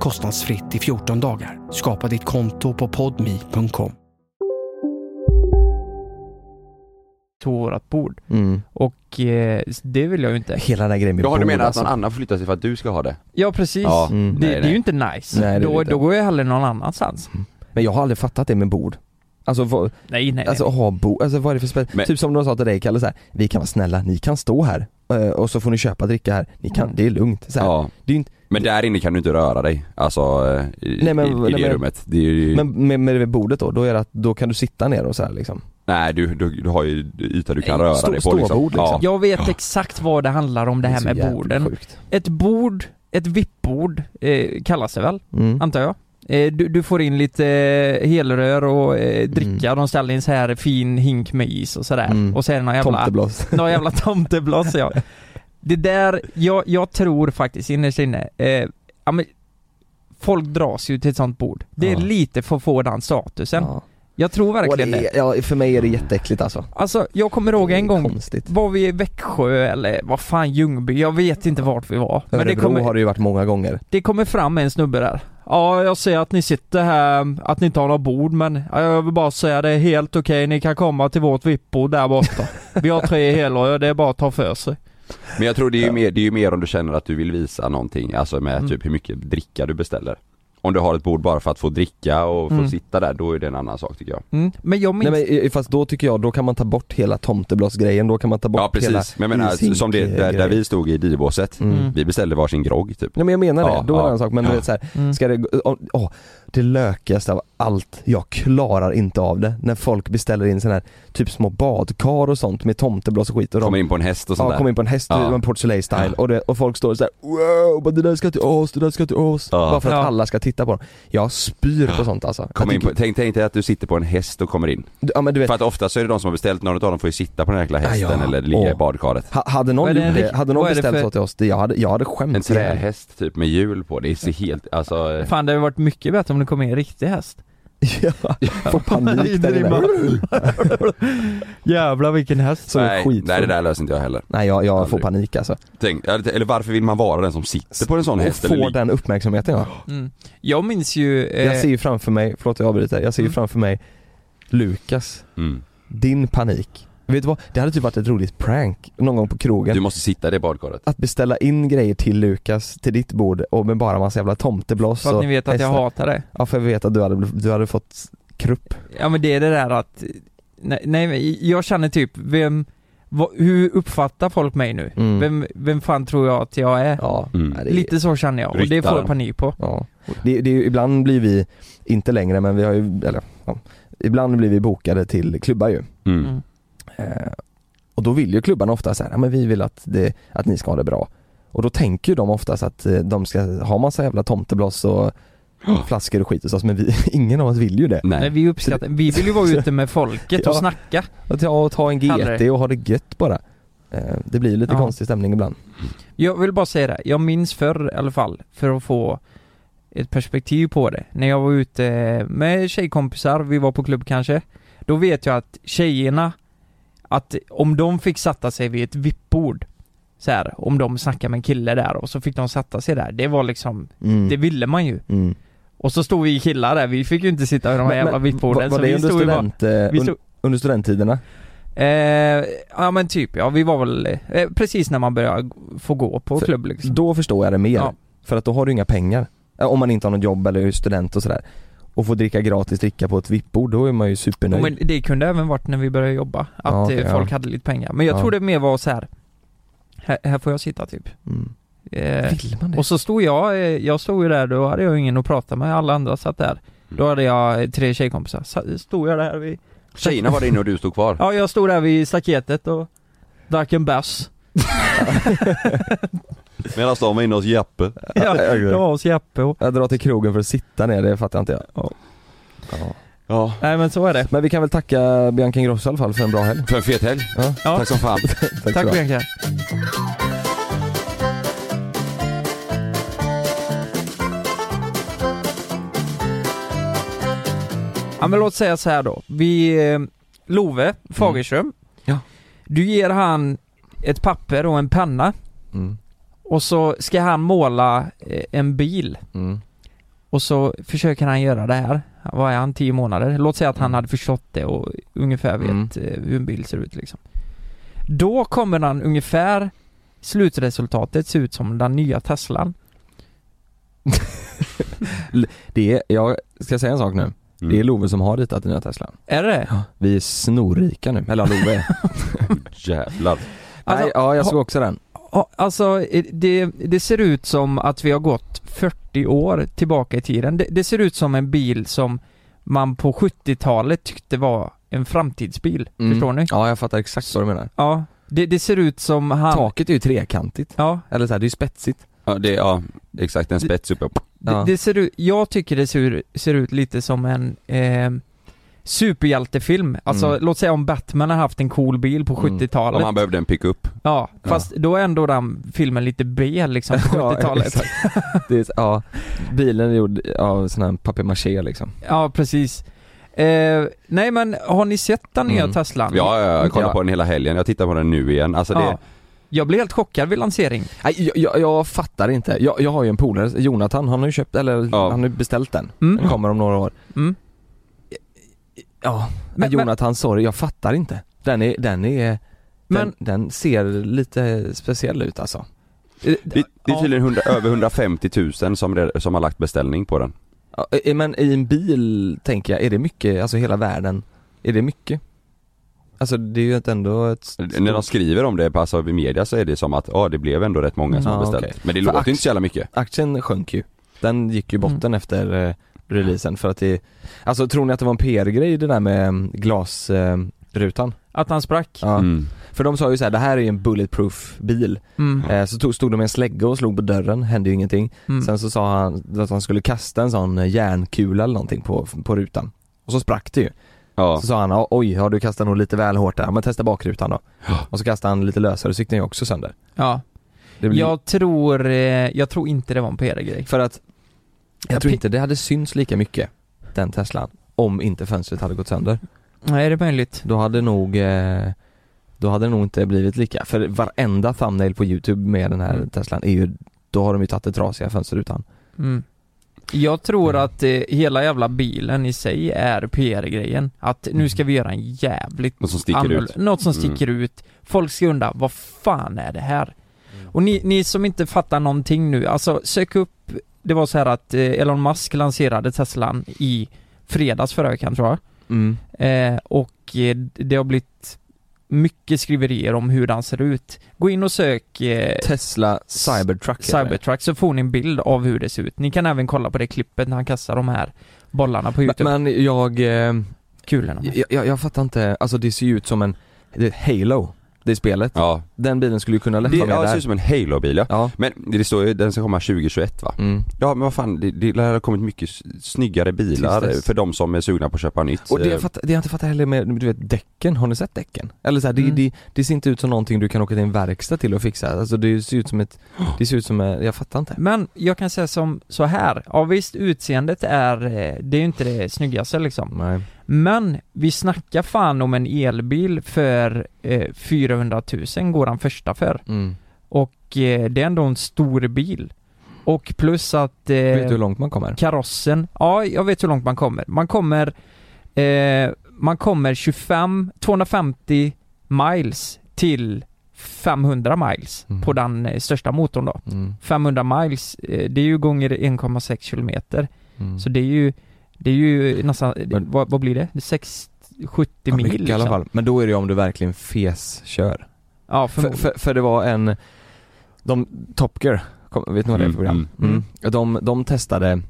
[SPEAKER 7] kostnadsfritt i 14 dagar. Skapa ditt konto på podmi.com.
[SPEAKER 1] tog vårat bord.
[SPEAKER 5] Mm.
[SPEAKER 1] Och eh, det vill jag ju inte.
[SPEAKER 5] Hela den här grejen med
[SPEAKER 3] Jaha du
[SPEAKER 5] bord,
[SPEAKER 3] menar att
[SPEAKER 5] alltså.
[SPEAKER 3] någon annan får flytta sig för att du ska ha det?
[SPEAKER 1] Ja precis.
[SPEAKER 3] Ja,
[SPEAKER 1] det,
[SPEAKER 5] mm,
[SPEAKER 3] nej,
[SPEAKER 1] det är
[SPEAKER 3] nej.
[SPEAKER 1] ju inte nice.
[SPEAKER 5] Nej, det är det
[SPEAKER 1] då,
[SPEAKER 5] inte.
[SPEAKER 1] då går jag hellre någon annanstans.
[SPEAKER 5] Men jag har aldrig fattat det med bord. Alltså, vad,
[SPEAKER 1] Nej nej.
[SPEAKER 5] alltså ha bord, alltså vad är det för spel?
[SPEAKER 3] Men-
[SPEAKER 5] Typ som de sa till dig Kalle så här, vi kan vara snälla, ni kan stå här eh, och så får ni köpa dricka här, ni
[SPEAKER 1] Mm.
[SPEAKER 5] kan, det är lugnt. Så här.
[SPEAKER 3] Ja.
[SPEAKER 5] Det är ju inte,
[SPEAKER 3] Men där inne kan du inte röra dig, alltså eh, i,
[SPEAKER 5] Nej, men-
[SPEAKER 3] i, i
[SPEAKER 5] nej,
[SPEAKER 3] det
[SPEAKER 5] men-
[SPEAKER 3] rummet. Det är ju,
[SPEAKER 5] men med, med det bordet då, då är det att, då kan du sitta ner och så här liksom.
[SPEAKER 3] nej du, du, du har ju yta du kan röra
[SPEAKER 5] stå-
[SPEAKER 3] dig på liksom.
[SPEAKER 5] ståbord, liksom.
[SPEAKER 3] Ja.
[SPEAKER 1] jag vet exakt vad det handlar om det här
[SPEAKER 5] är så
[SPEAKER 1] med
[SPEAKER 5] jävligt
[SPEAKER 1] borden.
[SPEAKER 5] Sjukt.
[SPEAKER 1] Ett bord, ett vippbord eh, kallas det väl,
[SPEAKER 5] Mm.
[SPEAKER 1] antar jag. Eh, du, du får in lite eh, helrör och eh, dricka, de ställer in så här fin hink med is och sådär.
[SPEAKER 5] Mm.
[SPEAKER 1] Och så är det någon jävla
[SPEAKER 5] Tomteblås.
[SPEAKER 1] Några jävla tomteblås ja. Det där, jag, jag tror faktiskt innerst inne, eh, ja men Folk dras ju till ett sånt bord. Det är
[SPEAKER 5] Ja.
[SPEAKER 1] lite för att få den statusen.
[SPEAKER 5] Ja.
[SPEAKER 1] Jag tror
[SPEAKER 5] Och
[SPEAKER 1] verkligen det.
[SPEAKER 5] det är, ja, för mig är det jätteäckligt alltså.
[SPEAKER 1] Alltså, jag kommer ihåg
[SPEAKER 5] Det är
[SPEAKER 1] en gång,
[SPEAKER 5] Konstigt.
[SPEAKER 1] var vi i Växjö eller vad fan Ljungby, jag vet inte vart vi var. Men det
[SPEAKER 5] Örebro har
[SPEAKER 1] kommer,
[SPEAKER 5] det ju varit många gånger.
[SPEAKER 1] det kommer fram en snubbe där. Ja, jag ser att ni sitter här, att ni inte har något bord men ja, jag vill bara säga det är helt okej, ni kan komma till vårt vippbord där borta. Vi har tre helrör, det är bara att ta för sig.
[SPEAKER 3] Men jag tror det är, ju mer, det är ju mer om du känner att du vill visa någonting, alltså med
[SPEAKER 1] Mm.
[SPEAKER 3] typ hur mycket dricka du beställer. Om du har ett bord bara för att få dricka och få
[SPEAKER 1] Mm.
[SPEAKER 3] sitta där, då är det en annan sak tycker jag.
[SPEAKER 1] Mm. Men jag minns...
[SPEAKER 5] Nej men eh, fast då tycker jag, då kan man ta bort hela tomteblåsgrejen, då kan man ta bort
[SPEAKER 3] Ja
[SPEAKER 5] hela
[SPEAKER 3] precis, men jag menar alltså,
[SPEAKER 5] ishink-
[SPEAKER 3] som det, där, där
[SPEAKER 5] grejen.
[SPEAKER 3] vi stod i divåset,
[SPEAKER 1] Mm.
[SPEAKER 3] vi beställde varsin grogg typ.
[SPEAKER 5] Nej men jag menar
[SPEAKER 3] Ja,
[SPEAKER 5] det, då är
[SPEAKER 3] ja.
[SPEAKER 5] det en sak men du
[SPEAKER 3] Ja.
[SPEAKER 5] vet så här,
[SPEAKER 1] Mm.
[SPEAKER 5] Ska det, gå- åh, åh, det lökigaste av allt, jag klarar inte av det. När folk beställer in sån här, typ små badkar och sånt med tomteblås och skit och de
[SPEAKER 3] Kommer in på en häst och sånt
[SPEAKER 5] Ja,
[SPEAKER 3] där.
[SPEAKER 5] kom in på en häst,
[SPEAKER 3] Ja.
[SPEAKER 5] det var en Port Soleil style
[SPEAKER 3] Ja.
[SPEAKER 5] och, det, och folk står såhär wow, bara, det där ska till oss, det där ska till oss.
[SPEAKER 3] Ja.
[SPEAKER 5] Bara för att
[SPEAKER 1] Ja.
[SPEAKER 5] alla ska titta på dem. Jag spyr på sånt alltså.
[SPEAKER 3] Kom
[SPEAKER 5] jag
[SPEAKER 3] in på, tänk, tänk dig att du sitter på en häst och kommer in.
[SPEAKER 5] tycker- ja, men du vet,
[SPEAKER 3] För att ofta så är det de som har beställt, någon av dem får ju sitta på den här jäkla hästen
[SPEAKER 5] Ah, ja.
[SPEAKER 3] eller ligga i
[SPEAKER 5] Åh.
[SPEAKER 3] badkaret.
[SPEAKER 5] ha, hade någon,
[SPEAKER 1] Vad är det
[SPEAKER 5] gjort
[SPEAKER 1] en
[SPEAKER 5] det,
[SPEAKER 1] rikt-
[SPEAKER 5] hade någon
[SPEAKER 1] vad är det
[SPEAKER 5] beställt
[SPEAKER 1] för-
[SPEAKER 5] så till oss, det, jag, hade, jag hade skämt
[SPEAKER 3] En
[SPEAKER 5] ihjäl.
[SPEAKER 3] trähäst typ med hjul på, det är så helt, alltså eh,
[SPEAKER 1] Fan det hade varit mycket bättre om det kom in en riktig häst.
[SPEAKER 5] Får panik där inne.
[SPEAKER 4] Jävlar vilken häst.
[SPEAKER 5] Som är
[SPEAKER 3] nej,
[SPEAKER 5] skitfull.
[SPEAKER 3] nej det där löser inte jag heller.
[SPEAKER 5] Nej jag, jag får
[SPEAKER 3] Aldrig.
[SPEAKER 5] panik alltså.
[SPEAKER 3] Tänk, eller varför vill man vara den som sitter på en sån
[SPEAKER 5] Och
[SPEAKER 3] häst? eller
[SPEAKER 5] får
[SPEAKER 3] ligger-
[SPEAKER 5] den uppmärksamheten ja.
[SPEAKER 4] Mm. Jag minns ju... eh,
[SPEAKER 5] Jag ser ju framför mig, förlåt jag avbryter, jag ser ju
[SPEAKER 4] Mm.
[SPEAKER 5] framför mig Lukas,
[SPEAKER 3] Mm.
[SPEAKER 5] din panik. Vet du vad? Det hade typ varit ett roligt prank någon gång på krogen.
[SPEAKER 3] Du måste sitta i det badkaret.
[SPEAKER 5] Att beställa in grejer till Lukas, till ditt bord och med bara massa jävla tomtebloss
[SPEAKER 4] För att
[SPEAKER 5] och
[SPEAKER 4] ni vet att jag
[SPEAKER 5] hästar.
[SPEAKER 4] hatar det.
[SPEAKER 5] Ja för jag vet att du hade, du hade fått krupp.
[SPEAKER 4] Ja men det är det där att, nej, nej men jag känner typ, vem, vad, hur uppfattar folk mig nu?
[SPEAKER 5] Mm.
[SPEAKER 4] Vem, vem fan tror jag att jag är?
[SPEAKER 5] Ja.
[SPEAKER 3] Mm.
[SPEAKER 5] Nej, det är-
[SPEAKER 4] Lite så känner jag, och det får
[SPEAKER 3] Ryttaren.
[SPEAKER 4] jag panik på.
[SPEAKER 5] Ja. Det, det är ju, ibland blir vi, inte längre men vi har ju, eller ja, ibland blir vi bokade till klubbar ju.
[SPEAKER 3] Mm.
[SPEAKER 4] Mm.
[SPEAKER 5] Eh, och då vill ju klubbarna ofta så här, ja men vi vill att, det, att ni ska ha det bra. Och då tänker ju de oftast att eh, de ska ha massa jävla tomtebloss och flaskor och skit hos oss men vi, ingen av oss vill ju det.
[SPEAKER 4] Nej,
[SPEAKER 3] Nej.
[SPEAKER 4] vi uppskattar, vi vill ju vara ute med folket
[SPEAKER 5] Ja.
[SPEAKER 4] och snacka.
[SPEAKER 5] Att ta, ta en GT
[SPEAKER 4] Aldrig.
[SPEAKER 5] och ha det gött bara. Eh, det blir ju lite
[SPEAKER 4] Ja.
[SPEAKER 5] konstig stämning ibland.
[SPEAKER 4] Jag vill bara säga det, jag minns förr i alla fall, för att få ett perspektiv på det. När jag var ute eh, med tjejkompisar, vi var på klubb kanske, då vet jag att tjejerna, att om de fick sätta sig vid ett vippbord så här, om de snackade med en kille där och så fick de sätta sig där, det var liksom,
[SPEAKER 5] Mm.
[SPEAKER 4] det ville man ju.
[SPEAKER 5] Mm.
[SPEAKER 4] Och så stod vi killar där, vi fick ju inte sitta vid de här
[SPEAKER 5] Men-
[SPEAKER 4] jävla
[SPEAKER 5] men var,
[SPEAKER 4] vippborden
[SPEAKER 5] var
[SPEAKER 4] så
[SPEAKER 5] det
[SPEAKER 4] vi
[SPEAKER 5] under,
[SPEAKER 4] stod ju bara,
[SPEAKER 5] student, eh,
[SPEAKER 4] vi
[SPEAKER 5] un-
[SPEAKER 4] stod,
[SPEAKER 5] under studenttiderna?
[SPEAKER 4] eh, ja men typ ja, vi var väl, eh, precis när man började få gå på
[SPEAKER 5] För-
[SPEAKER 4] klubb liksom.
[SPEAKER 5] Då förstår jag det mer.
[SPEAKER 4] Ja.
[SPEAKER 5] För att då har du inga pengar. Eh, Om man inte har något jobb eller är student och sådär. Och får dricka gratis dricka på ett vippbord, då är man ju
[SPEAKER 4] Ja,
[SPEAKER 5] supernöjd.
[SPEAKER 4] men det kunde även varit när vi började jobba, att
[SPEAKER 5] Ja, okej,
[SPEAKER 4] eh, folk
[SPEAKER 5] ja.
[SPEAKER 4] hade lite pengar. Men jag
[SPEAKER 5] Ja.
[SPEAKER 4] tror det mer var så här. här, här får jag sitta typ.
[SPEAKER 5] mm.
[SPEAKER 4] Eh,
[SPEAKER 5] Vill man det?
[SPEAKER 4] och så stod jag, eh, jag stod ju där, då hade jag ingen att prata med, alla andra satt där. Då hade jag eh, tre tjejkompisar, så, stod jag där vid,
[SPEAKER 3] Tjejerna var där inne och du stod kvar.
[SPEAKER 4] ja jag stod där vid staketet och drack en bärs.
[SPEAKER 3] Medan de var inne hos Jeppe.
[SPEAKER 4] Ja,
[SPEAKER 5] ja, ja.
[SPEAKER 4] det var hos Jeppe och,
[SPEAKER 5] Jag drar till krogen för att sitta ner, det fattar inte jag.
[SPEAKER 4] Ja.
[SPEAKER 5] Ja.
[SPEAKER 3] Ja.
[SPEAKER 4] nej men så är det.
[SPEAKER 5] Men vi kan väl tacka Bianca Ingrosso i alla fall för en bra helg.
[SPEAKER 3] För en fet helg.
[SPEAKER 5] Ja.
[SPEAKER 4] Ja.
[SPEAKER 3] Tack som fan.
[SPEAKER 5] Tack, ska du
[SPEAKER 4] Tack
[SPEAKER 5] ha.
[SPEAKER 4] Bianca. Ja men låt säga så här då. Vi, eh, Love Fagerström.
[SPEAKER 5] Ja.
[SPEAKER 4] Du ger han ett papper och en penna
[SPEAKER 5] Mm.
[SPEAKER 4] och så ska han måla eh, en bil.
[SPEAKER 5] Mm.
[SPEAKER 4] Och så försöker han göra det här. Vad är han? 10 månader? Låt säga att han hade förstått det och ungefär vet
[SPEAKER 5] Mm.
[SPEAKER 4] eh, hur en bil ser ut liksom. Då kommer han ungefär slutresultatet se ut som den nya Teslan.
[SPEAKER 5] Det är, jag ska säga en sak nu. Det är
[SPEAKER 3] Mm.
[SPEAKER 5] Love som har ritat den nya Teslan.
[SPEAKER 4] Är det?
[SPEAKER 5] Vi är snorrika nu, eller ja, Love.
[SPEAKER 3] Jävlar.
[SPEAKER 4] Alltså,
[SPEAKER 5] Nej, ja jag såg också den.
[SPEAKER 4] Ja, Alltså eh, det, det ser ut som att vi har gått 40 år tillbaka i tiden. Det, det ser ut som en bil som man på 70-talet tyckte var en framtidsbil.
[SPEAKER 5] Mm.
[SPEAKER 4] Förstår ni?
[SPEAKER 5] Ja jag fattar exakt vad du menar.
[SPEAKER 4] Ja. Det, det ser ut som han...
[SPEAKER 5] Taket är ju trekantigt.
[SPEAKER 4] Ja,
[SPEAKER 5] Eller så här, det är ju spetsigt.
[SPEAKER 3] Ja, det, ja exakt en spets uppe.
[SPEAKER 4] Det,
[SPEAKER 5] Ja.
[SPEAKER 4] det ser ut, jag tycker det ser, ser ut lite som en eh, superhjältefilm. Alltså
[SPEAKER 5] Mm.
[SPEAKER 4] låt säga om Batman har haft en cool bil på
[SPEAKER 5] Mm.
[SPEAKER 4] 70-talet.
[SPEAKER 3] Om han behövde en pickup.
[SPEAKER 4] Ja, fast då är ändå den filmen lite B liksom på
[SPEAKER 5] Ja,
[SPEAKER 4] 70-talet. Ja,
[SPEAKER 5] exakt. Det är, ja, bilen är gjord av sån här papier-maché liksom.
[SPEAKER 4] precis. Eh, nej men har ni sett den nya
[SPEAKER 5] Mm.
[SPEAKER 4] Teslan?
[SPEAKER 3] Ja, ja, jag kollar
[SPEAKER 5] Ja.
[SPEAKER 3] på den hela helgen. Jag tittar på den nu igen. Alltså det,
[SPEAKER 4] Ja. Jag blev helt chockad vid lansering.
[SPEAKER 5] Nej, jag, jag, jag fattar inte. Jag, jag har ju en polare, Jonathan, han har ju köpt, eller
[SPEAKER 3] Ja.
[SPEAKER 5] han har ju beställt den.
[SPEAKER 4] Mm.
[SPEAKER 5] Den kommer om några år.
[SPEAKER 4] Mm.
[SPEAKER 5] Ja,
[SPEAKER 4] Men-
[SPEAKER 5] men, Jonathan, sorry, jag fattar inte. Den är, den är,
[SPEAKER 4] Men-
[SPEAKER 5] den, den ser lite speciell ut alltså.
[SPEAKER 4] Eh,
[SPEAKER 3] det, det är
[SPEAKER 4] Ja.
[SPEAKER 3] tydligen 100, över 150 000 som, re- som har lagt beställning på den.
[SPEAKER 5] Ja, eh, Men i en bil, tänker jag, är det mycket, alltså hela världen, är det mycket? Alltså det är ju ett- ändå ett stort-
[SPEAKER 3] När de skriver om det på alltså, i media så är det som att ja det blev ändå rätt många som
[SPEAKER 5] Ja,
[SPEAKER 3] har beställt.
[SPEAKER 5] okej.
[SPEAKER 3] Men det
[SPEAKER 5] För
[SPEAKER 3] låter
[SPEAKER 5] ax-
[SPEAKER 3] ju inte så jävla mycket.
[SPEAKER 5] Aktien sjönk ju. Den gick ju i botten
[SPEAKER 4] Mm.
[SPEAKER 5] efter eh, releasen för att det, alltså tror ni att det var en PR-grej det där med eh, glasrutan?
[SPEAKER 4] Att han sprack.
[SPEAKER 5] Ja.
[SPEAKER 3] Mm.
[SPEAKER 5] För de sa ju så här, det här är ju en bulletproof bil.
[SPEAKER 4] Mm.
[SPEAKER 5] Eh, så tog, stod de med en slägga och slog på dörren, hände ju ingenting.
[SPEAKER 4] Mm.
[SPEAKER 5] Sen så sa han att han skulle kasta en sån eh, järnkula eller någonting på, på rutan. Och så sprack det ju.
[SPEAKER 3] Ja.
[SPEAKER 5] Så sa han, "Ja, oj, har du kastat nog lite väl hårt där, men testa bakrutan då.
[SPEAKER 3] Ja.
[SPEAKER 5] Och så kastade han lite lösare, så gick den ju också sönder.
[SPEAKER 4] Ja.
[SPEAKER 5] Det blir-
[SPEAKER 4] Jag tror, eh, jag tror inte det var en PR-grej.
[SPEAKER 5] För att jag
[SPEAKER 4] Ja,
[SPEAKER 5] tror
[SPEAKER 4] pi-
[SPEAKER 5] inte det hade synts lika mycket, den Teslan. om inte fönstret hade gått sönder.
[SPEAKER 4] Nej, är det möjligt?
[SPEAKER 5] Då hade nog eh, Då hade det nog inte blivit lika, för varenda thumbnail på youtube med den här
[SPEAKER 4] Mm.
[SPEAKER 5] Teslan är ju Då har de ju tagit det trasiga fönsterrutan
[SPEAKER 4] Mm. Jag tror att eh, hela jävla bilen i sig är PR-grejen. Att nu ska vi göra en jävligt
[SPEAKER 3] Något som sticker
[SPEAKER 4] annorlunda-
[SPEAKER 3] ut.
[SPEAKER 4] Något som
[SPEAKER 3] Mm.
[SPEAKER 4] sticker ut. Folk ska undra, vad fan är det här? Och ni, ni som inte fattar någonting nu, alltså sök upp, det var så här att eh, Elon Musk lanserade Teslan i fredags förra veckan tror jag.
[SPEAKER 5] mm.
[SPEAKER 4] Eh, och eh, det har blivit mycket skriverier om hur den ser ut. Gå in och sök eh,
[SPEAKER 5] Tesla Cybertruck heter det.
[SPEAKER 4] Cybertruck så får ni en bild av hur det ser ut. Ni kan även kolla på det klippet när han kastar de här bollarna på Youtube.
[SPEAKER 5] Men, men jag, eh,
[SPEAKER 4] Kulorna.
[SPEAKER 5] jag, jag, jag fattar inte, alltså det ser ju ut som en det är Halo, det spelet
[SPEAKER 3] Ja,
[SPEAKER 5] Den bilen skulle ju kunna lätt
[SPEAKER 3] det,
[SPEAKER 5] vara med
[SPEAKER 3] ja, det ser
[SPEAKER 5] där
[SPEAKER 3] ut som en Halo-bil ja.
[SPEAKER 5] Ja,
[SPEAKER 3] Men det står ju, den ska komma 2021 va?
[SPEAKER 5] mm.
[SPEAKER 3] Ja men vad fan, det, det lär ha kommit mycket s- snyggare bilar
[SPEAKER 5] Tills dess.
[SPEAKER 3] för de som är sugna på att köpa nytt
[SPEAKER 5] Och det
[SPEAKER 3] Eh,
[SPEAKER 5] jag, fattar, det jag inte fattar heller med, du vet däcken, har ni sett däcken? Eller så här, det,
[SPEAKER 4] Mm.
[SPEAKER 5] det, det ser inte ut som någonting du kan åka till en verkstad till och fixa, alltså det ser ut som ett, det ser ut som, eh, jag fattar inte
[SPEAKER 4] Men jag kan säga som så här, ja visst utseendet är, eh, det är ju inte det snyggaste liksom.
[SPEAKER 5] Nej.
[SPEAKER 4] Men vi snackar fan om en elbil för eh, 400 000 går han första för.
[SPEAKER 5] Mm.
[SPEAKER 4] Och eh, det är ändå en stor bil. Och plus att... eh,
[SPEAKER 5] Vet du hur långt man kommer?
[SPEAKER 4] karossen. Ja, jag vet hur långt man kommer. Man kommer, eh, man kommer 25, 250 miles till 500 miles
[SPEAKER 5] Mm.
[SPEAKER 4] på den eh, största motorn då.
[SPEAKER 5] Mm.
[SPEAKER 4] 500 miles, eh, det är ju gånger 1,6 kilometer.
[SPEAKER 5] Mm.
[SPEAKER 4] Så det är ju, det är ju nästan, eh,
[SPEAKER 5] Men-
[SPEAKER 4] vad, vad blir det? Det är 6, 70 mil liksom.
[SPEAKER 5] mycket i alla fall. Men då är det ju om du verkligen fes kör.
[SPEAKER 4] Ja,
[SPEAKER 5] För,
[SPEAKER 4] förmodligen.
[SPEAKER 5] för, för det var en, de, Top Gear, kom, vet ni vad det är för
[SPEAKER 3] Mm,
[SPEAKER 5] program?
[SPEAKER 4] mm.
[SPEAKER 5] Mm. De, de testade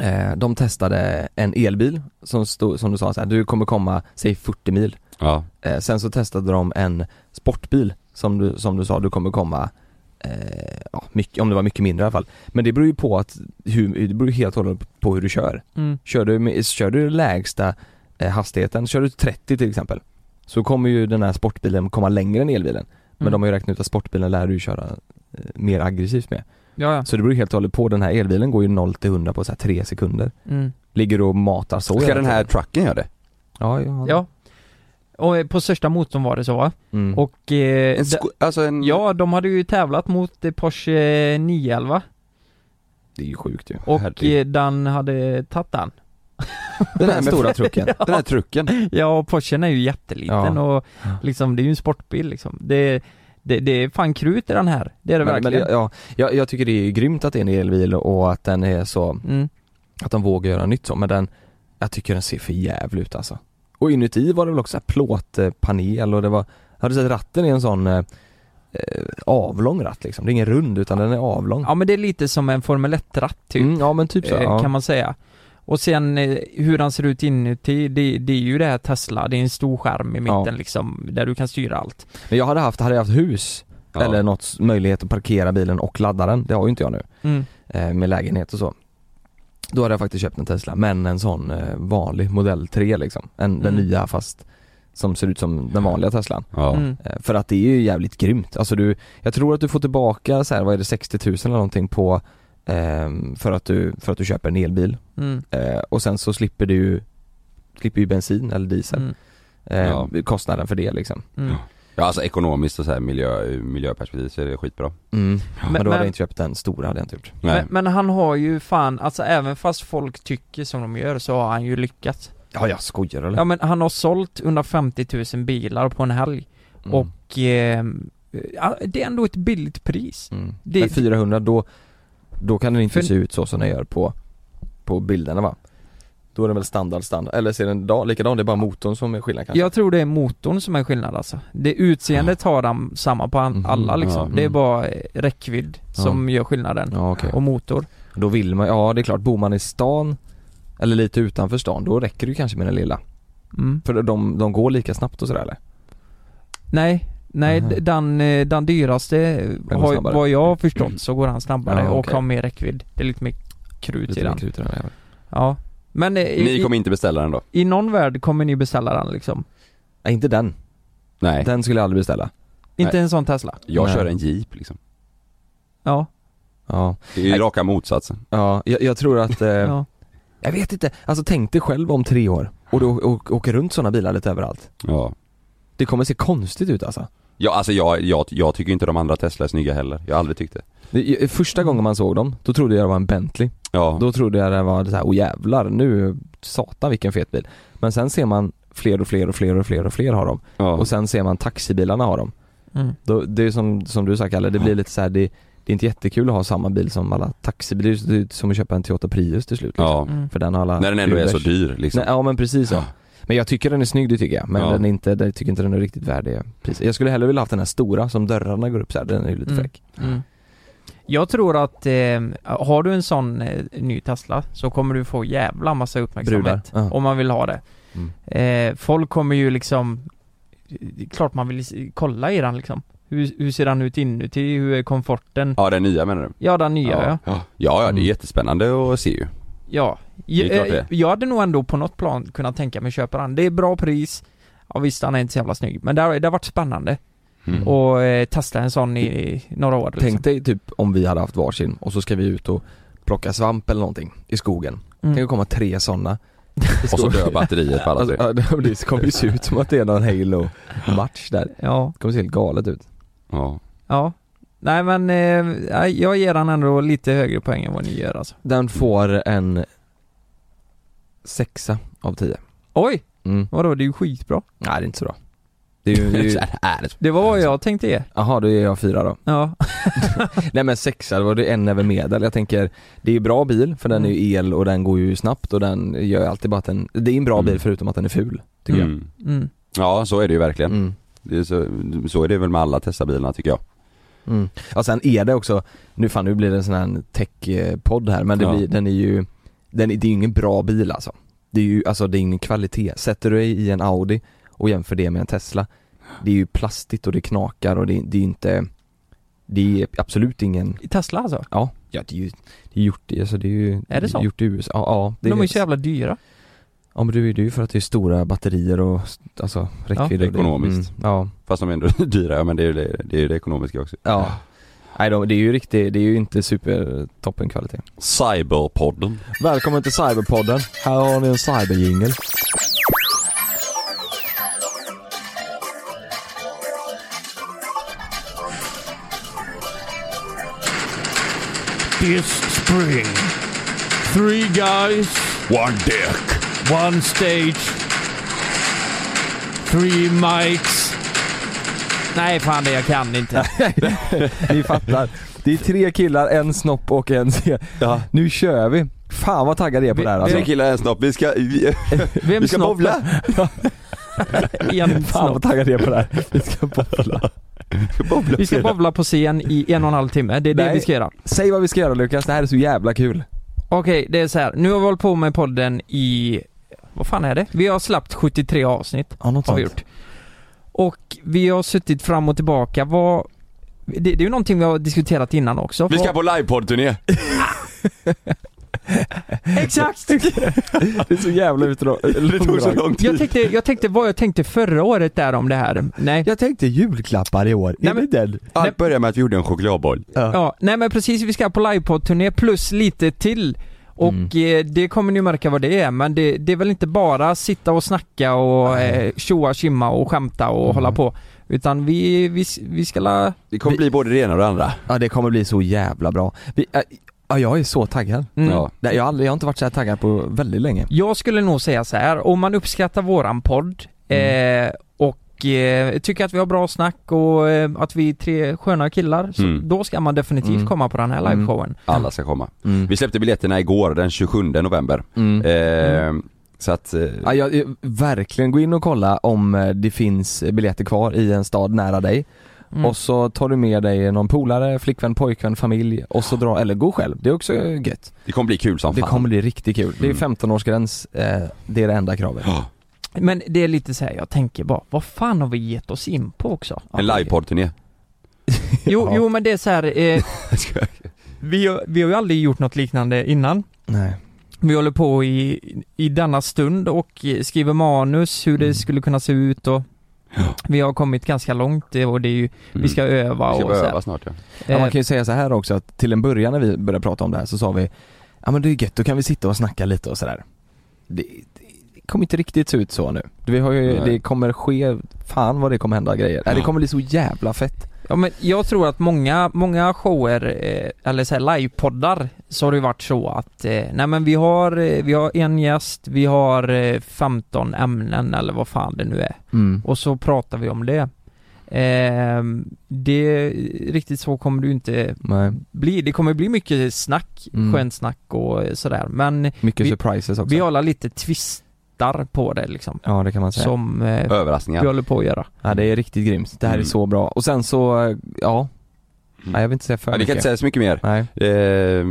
[SPEAKER 5] eh, de testade en elbil som, stod, som du sa så här, du kommer komma, säg 40 mil.
[SPEAKER 3] Ja,
[SPEAKER 5] Eh, sen så testade de en sportbil som du, som du sa, du kommer komma eh, ja, mycket, om det var mycket mindre i alla fall. Men det beror ju på att, hur, det beror ju helt och hållet på hur du kör.
[SPEAKER 4] Mm.
[SPEAKER 5] Kör du, med- kör du lägsta eh, hastigheten, kör du 30 till exempel Så kommer ju den här sportbilen komma längre än elbilen Men
[SPEAKER 4] Mm.
[SPEAKER 5] de har ju räknat ut att sportbilen lär du ju köra eh, mer aggressivt med
[SPEAKER 4] Ja, ja.
[SPEAKER 5] Så det beror ju helt och hållet på, den här elbilen går ju 0 till 100 på så här 3 sekunder
[SPEAKER 4] Mm.
[SPEAKER 5] Ligger och matar så
[SPEAKER 3] ska
[SPEAKER 5] hela
[SPEAKER 3] den här
[SPEAKER 5] tiden.
[SPEAKER 3] trucken göra det?
[SPEAKER 4] Eh,
[SPEAKER 5] Ja, ja,
[SPEAKER 4] ja. Och eh, på största motorn var det så va?
[SPEAKER 5] Mm.
[SPEAKER 4] Och... Eh, d-
[SPEAKER 3] En sko- alltså en...
[SPEAKER 4] Ja, de hade ju tävlat mot eh, Porsche 911
[SPEAKER 5] det är ju sjukt ju
[SPEAKER 4] och
[SPEAKER 3] Herregud.
[SPEAKER 4] eh, den hade tagit den.
[SPEAKER 5] Den här stora trucken
[SPEAKER 3] Den här trucken,
[SPEAKER 4] Ja, och Porschen är ju jätteliten
[SPEAKER 5] Ja.
[SPEAKER 4] och liksom, det är ju en sportbil liksom. Det, det, det är fan krut i den här, det är det
[SPEAKER 5] men, men,
[SPEAKER 4] verkligen.
[SPEAKER 5] ja, jag, jag tycker det är grymt att det är en elbil och att den är så
[SPEAKER 4] Mm.
[SPEAKER 5] att de vågar göra nytt så, men den, jag tycker den ser för jävlig ut alltså. Och inuti var det väl också så här plåtpanel och det var, har du sett ratten är en sån eh, eh, avlång ratt liksom, det är ingen rund utan den är avlång.
[SPEAKER 4] ja, men det är lite som en Formel 1-ratt typ,
[SPEAKER 5] Mm, ja men typ så,
[SPEAKER 4] eh,
[SPEAKER 5] ja.
[SPEAKER 4] kan man säga. Och sen eh, hur den ser ut inuti, det, det är ju det här Tesla, det är en stor skärm i mitten
[SPEAKER 5] Ja.
[SPEAKER 4] liksom, där du kan styra allt.
[SPEAKER 5] Men jag hade haft, hade jag haft hus
[SPEAKER 3] Ja.
[SPEAKER 5] eller något s- möjlighet att parkera bilen och ladda den, det har ju inte jag nu,
[SPEAKER 4] Mm.
[SPEAKER 5] eh, med lägenhet och så. Då hade jag faktiskt köpt en Tesla, men en sån eh, vanlig modell 3 liksom, en, den
[SPEAKER 4] Mm.
[SPEAKER 5] nya fast som ser ut som den vanliga Teslan.
[SPEAKER 3] ja.
[SPEAKER 4] Mm.
[SPEAKER 5] Eh, För att det är ju jävligt grymt. Alltså du, jag tror att du får tillbaka så här, vad är det, 60 000 eller någonting på ehm, för, att du, för att du köper en elbil.
[SPEAKER 4] Mm.
[SPEAKER 5] Eh, och sen så slipper du ju- slipper ju bensin eller diesel.
[SPEAKER 4] Mm.
[SPEAKER 5] Eh,
[SPEAKER 3] Ja.
[SPEAKER 5] Kostnaden för det liksom.
[SPEAKER 4] Mm.
[SPEAKER 3] ja alltså ekonomiskt och så här miljö, ur miljöperspektiv så är det skitbra
[SPEAKER 5] Men,
[SPEAKER 4] Mm. Men-
[SPEAKER 5] då hade
[SPEAKER 4] men-
[SPEAKER 5] jag inte köpt den stora, hade jag inte gjort.
[SPEAKER 3] Nej.
[SPEAKER 4] Men, men han har ju fan, alltså även fast folk tycker som de gör så har han ju lyckats.
[SPEAKER 5] Ja jag skojar eller?
[SPEAKER 4] Ja men han har sålt 150 000 bilar på en helg
[SPEAKER 5] Mm.
[SPEAKER 4] och eh, ja, det är ändå ett billigt pris.
[SPEAKER 5] Mm.
[SPEAKER 4] det-
[SPEAKER 5] Men 400 då, då kan den inte
[SPEAKER 4] För-
[SPEAKER 5] se ut så som den gör på, på bilderna va? Då är den väl standard, standard, eller ser den da- likadan? Det är bara motorn som är skillnad kanske? Ah.
[SPEAKER 4] Jag tror det är motorn som är skillnad alltså. Det utseendet har han samma på an-
[SPEAKER 5] Mhm,
[SPEAKER 4] alla liksom.
[SPEAKER 5] ja.
[SPEAKER 4] Det är bara eh, räckvidd som gör skillnaden.
[SPEAKER 5] Ja okej.
[SPEAKER 4] Och motor.
[SPEAKER 5] Då vill man, ja det är klart, bor man i stan eller lite utanför stan, då räcker det ju kanske med den lilla.
[SPEAKER 4] Mm.
[SPEAKER 5] För de, de går lika snabbt och sådär eller?
[SPEAKER 4] Nej, nej
[SPEAKER 5] Mhm.
[SPEAKER 4] d- den, eh, den dyraste,
[SPEAKER 5] går
[SPEAKER 4] har,
[SPEAKER 5] snabbare.
[SPEAKER 4] vad jag har förstått så går han snabbare
[SPEAKER 5] Ja,
[SPEAKER 4] och
[SPEAKER 5] okej.
[SPEAKER 4] har mer räckvidd. Det är lite mer krut i den.
[SPEAKER 5] krut i den jäveln.
[SPEAKER 4] Ja. Men eh, i,
[SPEAKER 3] Ni
[SPEAKER 4] i,
[SPEAKER 3] kommer inte beställa den då?
[SPEAKER 4] i någon värld kommer ni beställa den liksom?
[SPEAKER 5] Nej inte den,
[SPEAKER 3] Nej,
[SPEAKER 5] den skulle jag aldrig beställa.
[SPEAKER 4] Inte en sån Tesla?
[SPEAKER 3] jag
[SPEAKER 5] Nej.
[SPEAKER 3] kör en jeep liksom
[SPEAKER 4] Ja.
[SPEAKER 5] Ja,
[SPEAKER 3] Det är ju raka motsatsen
[SPEAKER 5] ja jag, jag tror att, eh,
[SPEAKER 4] ja.
[SPEAKER 5] Jag vet inte, alltså tänk dig själv om tre år och du å- å- åker runt sådana bilar lite överallt.
[SPEAKER 3] Ja.
[SPEAKER 5] Det kommer se konstigt ut alltså.
[SPEAKER 3] Ja alltså jag, jag, jag tycker inte de andra Tesla är snygga heller. Jag har aldrig tyckt det.
[SPEAKER 5] Det-
[SPEAKER 4] Mm.
[SPEAKER 5] Första gången man såg dem, då trodde jag det var en Bentley.
[SPEAKER 3] Ja.
[SPEAKER 5] Då trodde jag det var så här, oh jävlar nu, satan vilken fet bil. Men sen ser man fler och fler och fler och fler och fler har dem. Och sen ser man taxibilarna har dem.
[SPEAKER 4] Mm.
[SPEAKER 5] Då, det är som, som du sa Kalle, det blir lite så här, det, det är inte jättekul att ha samma bil som alla taxibilar. Det är ju- Det är ju som att köpa en Toyota Prius till slut. liksom.
[SPEAKER 3] Ja.
[SPEAKER 4] Mm.
[SPEAKER 5] För den har alla
[SPEAKER 3] När den ändå är
[SPEAKER 5] Ubers.
[SPEAKER 3] så dyr liksom.
[SPEAKER 5] Nej, ja men precis
[SPEAKER 4] alltså.
[SPEAKER 5] så. Men jag tycker den är snygg det tycker jag, men
[SPEAKER 3] Ja.
[SPEAKER 5] den är inte, jag tycker inte den är riktigt värd det priset. Jag skulle hellre vilja haft den här stora som dörrarna går upp så här. den är ju lite
[SPEAKER 4] Mm.
[SPEAKER 5] fräck.
[SPEAKER 4] Mm. Jag tror att eh, har du en sån eh, ny Tesla så kommer du få jävla massa uppmärksamhet
[SPEAKER 5] Brudar, ja.
[SPEAKER 4] om man vill ha det.
[SPEAKER 5] Mm.
[SPEAKER 4] Eh, folk kommer ju liksom det är klart man vill s- kolla i den liksom. Hur, hur ser den ut inuti? Hur är komforten?
[SPEAKER 3] Ja den nya menar du?
[SPEAKER 4] Ja, den nya ja.
[SPEAKER 3] Ja ja, det är
[SPEAKER 5] Mm.
[SPEAKER 3] jättespännande att se ju.
[SPEAKER 4] Ja,
[SPEAKER 3] Det är klart
[SPEAKER 4] jag,
[SPEAKER 3] det.
[SPEAKER 4] jag hade nog ändå på något plan kunnat tänka mig att köpa den. Det är bra pris, ja visst han är inte så jävla snygg, men det har, det har varit spännande.
[SPEAKER 3] Mm.
[SPEAKER 4] Och eh, testa en sån i, i några år liksom.
[SPEAKER 5] Tänk dig typ om vi hade haft varsin och så ska vi ut och plocka svamp eller någonting i skogen.
[SPEAKER 4] Mm.
[SPEAKER 5] Tänk att komma tre sådana.
[SPEAKER 3] Och så dör batteriet på alla
[SPEAKER 4] typ.
[SPEAKER 5] Alltså,
[SPEAKER 3] tre.
[SPEAKER 5] ja, det det kommer ju se ut som att det är någon Halo-match där.
[SPEAKER 4] Ja,
[SPEAKER 5] Det kommer se helt galet ut.
[SPEAKER 3] Ja.
[SPEAKER 4] ja. Nej men eh, ja, jag ger han ändå lite högre poäng än vad ni gör alltså.
[SPEAKER 5] Den får en sexa av tio.
[SPEAKER 4] Oj!
[SPEAKER 5] Mm.
[SPEAKER 4] Vadå, det är ju skitbra.
[SPEAKER 5] Nej det är inte så bra. Det är ju, det är ju,
[SPEAKER 4] Det var vad jag tänkte ge.
[SPEAKER 5] aha, då är jag fyra då.
[SPEAKER 4] Ja.
[SPEAKER 5] Nej men sexa, det var det en över medel. Jag tänker, det är ju bra bil för den är ju el och den går ju snabbt och den gör ju alltid bara att den, det är en bra
[SPEAKER 3] Mm.
[SPEAKER 5] bil förutom att den är ful, tycker
[SPEAKER 3] Mm.
[SPEAKER 4] Mm.
[SPEAKER 3] Ja så är det ju verkligen.
[SPEAKER 5] jag. Mm.
[SPEAKER 3] Det är så, så är det väl med alla Tesla-bilarna tycker jag.
[SPEAKER 5] Mm. Ja sen är det också, nu fan nu blir det en sån här tech-podd här men det
[SPEAKER 3] Ja.
[SPEAKER 5] blir, den är ju, den, är- det är ju ingen bra bil alltså. Det är ju, alltså det är ingen kvalitet. Sätter du dig i en Audi och jämför det med en Tesla, det är ju plastigt och det knakar och det, det är inte, det är absolut ingen,
[SPEAKER 4] I Tesla alltså?
[SPEAKER 5] ja, ja det är ju, det är gjort i, alltså det är ju
[SPEAKER 4] Är det så?
[SPEAKER 5] gjort i USA, ja, ja det
[SPEAKER 4] De är ju
[SPEAKER 5] helt-
[SPEAKER 4] så jävla dyra.
[SPEAKER 5] Ja men det är ju för att det är stora batterier och st- alltså räckvidd och det-
[SPEAKER 3] Ekonomiskt.
[SPEAKER 5] Mm, ja,
[SPEAKER 3] Fast de är ändå dyra, men det är ju det, det, är ju det ekonomiska också.
[SPEAKER 5] ja Nej de, det är ju riktigt, det är ju inte supertoppen kvalitet
[SPEAKER 3] Cyberpodden.
[SPEAKER 5] Välkommen till Cyberpodden, här har ni en cyberjingel
[SPEAKER 8] This spring, three guys, one dick, one stage, three mics.
[SPEAKER 4] Nej fan det, jag kan inte.
[SPEAKER 5] Ni fattar, det är tre killar, en snopp och en se
[SPEAKER 3] Ja.
[SPEAKER 5] Nu kör vi! Fan vad taggad jag är på det här alltså
[SPEAKER 3] Tre killar en snopp, vi ska, vi,
[SPEAKER 4] Vem
[SPEAKER 3] vi ska
[SPEAKER 4] snoppar?
[SPEAKER 3] bowla!
[SPEAKER 4] En
[SPEAKER 5] Fan
[SPEAKER 4] snopp.
[SPEAKER 5] vad taggad jag är på det här, vi ska bobbla
[SPEAKER 3] bowla
[SPEAKER 4] Vi ska bowla på scen i en och en halv timme, det är det
[SPEAKER 5] Nej.
[SPEAKER 4] vi ska göra.
[SPEAKER 5] Säg vad vi ska göra Lukas, det här är så jävla kul
[SPEAKER 4] Okej, det är så här. nu har vi hållit på med podden i... Vad fan är det? Vi har släppt 73 avsnitt,
[SPEAKER 5] Ja något
[SPEAKER 4] har vi
[SPEAKER 5] sånt
[SPEAKER 4] gjort. Och vi har suttit fram och tillbaka, vad... Det, det är ju någonting vi har diskuterat innan också.
[SPEAKER 3] Vi ska
[SPEAKER 4] Vad-
[SPEAKER 3] på livepodd-turné!
[SPEAKER 4] Exakt!
[SPEAKER 5] Det är så jävla
[SPEAKER 3] Det tog så
[SPEAKER 5] utdraget
[SPEAKER 3] lång tid.
[SPEAKER 4] Jag tänkte, jag tänkte vad jag tänkte förra året där om det här. Nej.
[SPEAKER 5] Jag tänkte julklappar i år,
[SPEAKER 4] Nej,
[SPEAKER 5] är det den?
[SPEAKER 3] Allt började med att vi gjorde en chokladboll.
[SPEAKER 4] Ja, nej men precis, vi ska på livepodd-turné plus lite till. Och
[SPEAKER 5] Mm.
[SPEAKER 4] eh, det kommer ni märka vad det är, men det, det är väl inte bara sitta och snacka och eh, tjoa, tjimma och skämta och hålla på. Utan vi, vi, vi ska la...
[SPEAKER 3] Det kommer bli både det ena och det andra.
[SPEAKER 5] Ja det kommer bli så jävla bra. Vi, äh, ja, jag är så taggad.
[SPEAKER 4] Mm.
[SPEAKER 3] Ja.
[SPEAKER 5] Nej, Jag, har aldrig, jag har inte varit så här taggad på väldigt länge.
[SPEAKER 4] Jag skulle nog säga så här, om man uppskattar våran podd eh, och eh, tycker att vi har bra snack och eh, att vi är tre sköna killar, så
[SPEAKER 3] Mm.
[SPEAKER 4] då ska man definitivt
[SPEAKER 5] Mm.
[SPEAKER 4] komma på den här
[SPEAKER 5] Mm.
[SPEAKER 4] liveshowen.
[SPEAKER 3] Alla ska komma.
[SPEAKER 5] Mm.
[SPEAKER 3] Vi släppte biljetterna igår den 27 november.
[SPEAKER 5] Mm.
[SPEAKER 3] Eh, Så att, eh,
[SPEAKER 5] Ja, jag, jag- verkligen gå in och kolla om eh, det finns biljetter kvar i en stad nära dig.
[SPEAKER 4] Mm.
[SPEAKER 5] Och så tar du med dig någon polare, flickvän, pojkvän, familj och så drar, eller gå själv. Det är också eh, gött.
[SPEAKER 3] det kommer bli kul som
[SPEAKER 5] Det
[SPEAKER 3] fan.
[SPEAKER 5] kommer bli riktigt kul. Det är
[SPEAKER 3] Mm.
[SPEAKER 5] 15-årsgräns, eh, det är det enda kravet.
[SPEAKER 3] Ja,
[SPEAKER 4] Men det är lite så här, jag tänker bara, vad fan har vi gett oss in på också?
[SPEAKER 3] En livepodd-turné.
[SPEAKER 4] Jo,
[SPEAKER 5] Ja.
[SPEAKER 4] jo men det är så här, eh, vi, har, vi har ju aldrig gjort något liknande innan.
[SPEAKER 5] Nej.
[SPEAKER 4] Vi håller på i, i denna stund och eh, skriver manus, hur det
[SPEAKER 5] Mm.
[SPEAKER 4] skulle kunna se ut och vi har kommit ganska långt eh, och det är ju, vi ska öva
[SPEAKER 3] Vi
[SPEAKER 4] och
[SPEAKER 3] ska
[SPEAKER 4] så
[SPEAKER 3] börja
[SPEAKER 4] här.
[SPEAKER 3] öva snart ja.
[SPEAKER 5] Ja, man
[SPEAKER 4] Eh,
[SPEAKER 5] kan ju säga så här också att till en början när vi började prata om det här så sa vi ja men det är gött, då kan vi sitta och snacka lite och sådär. Det, det kommer inte riktigt se ut så nu. Vi har ju,
[SPEAKER 4] Nej.
[SPEAKER 5] det kommer ske, fan vad det kommer hända grejer. Nej, det kommer bli så jävla fett.
[SPEAKER 4] Ja men jag tror att många, många shower, eh, eller så här livepoddar, så har det ju varit så att, eh, nej men vi har, eh, vi har en gäst, vi har eh, 15 ämnen eller vad fan det nu är.
[SPEAKER 5] Mm.
[SPEAKER 4] Och så pratar vi om det. Eh, det, riktigt så kommer det ju inte
[SPEAKER 5] Nej.
[SPEAKER 4] bli. Det kommer bli mycket snack,
[SPEAKER 5] Mm.
[SPEAKER 4] skönt snack och eh, sådär men
[SPEAKER 5] Mycket
[SPEAKER 4] vi,
[SPEAKER 5] surprises också.
[SPEAKER 4] vi håller lite twistar på det liksom.
[SPEAKER 5] Ja det kan man säga.
[SPEAKER 4] Som eh,
[SPEAKER 3] Överraskningar.
[SPEAKER 4] vi håller på att göra.
[SPEAKER 5] Ja det är riktigt grymt, det här är
[SPEAKER 3] Mm.
[SPEAKER 5] så bra. Och sen så, eh, ja. Nej jag vill inte säga för
[SPEAKER 3] Ja, vi kan inte
[SPEAKER 5] mycket.
[SPEAKER 3] säga så mycket mer.
[SPEAKER 5] Nej.
[SPEAKER 3] Eh,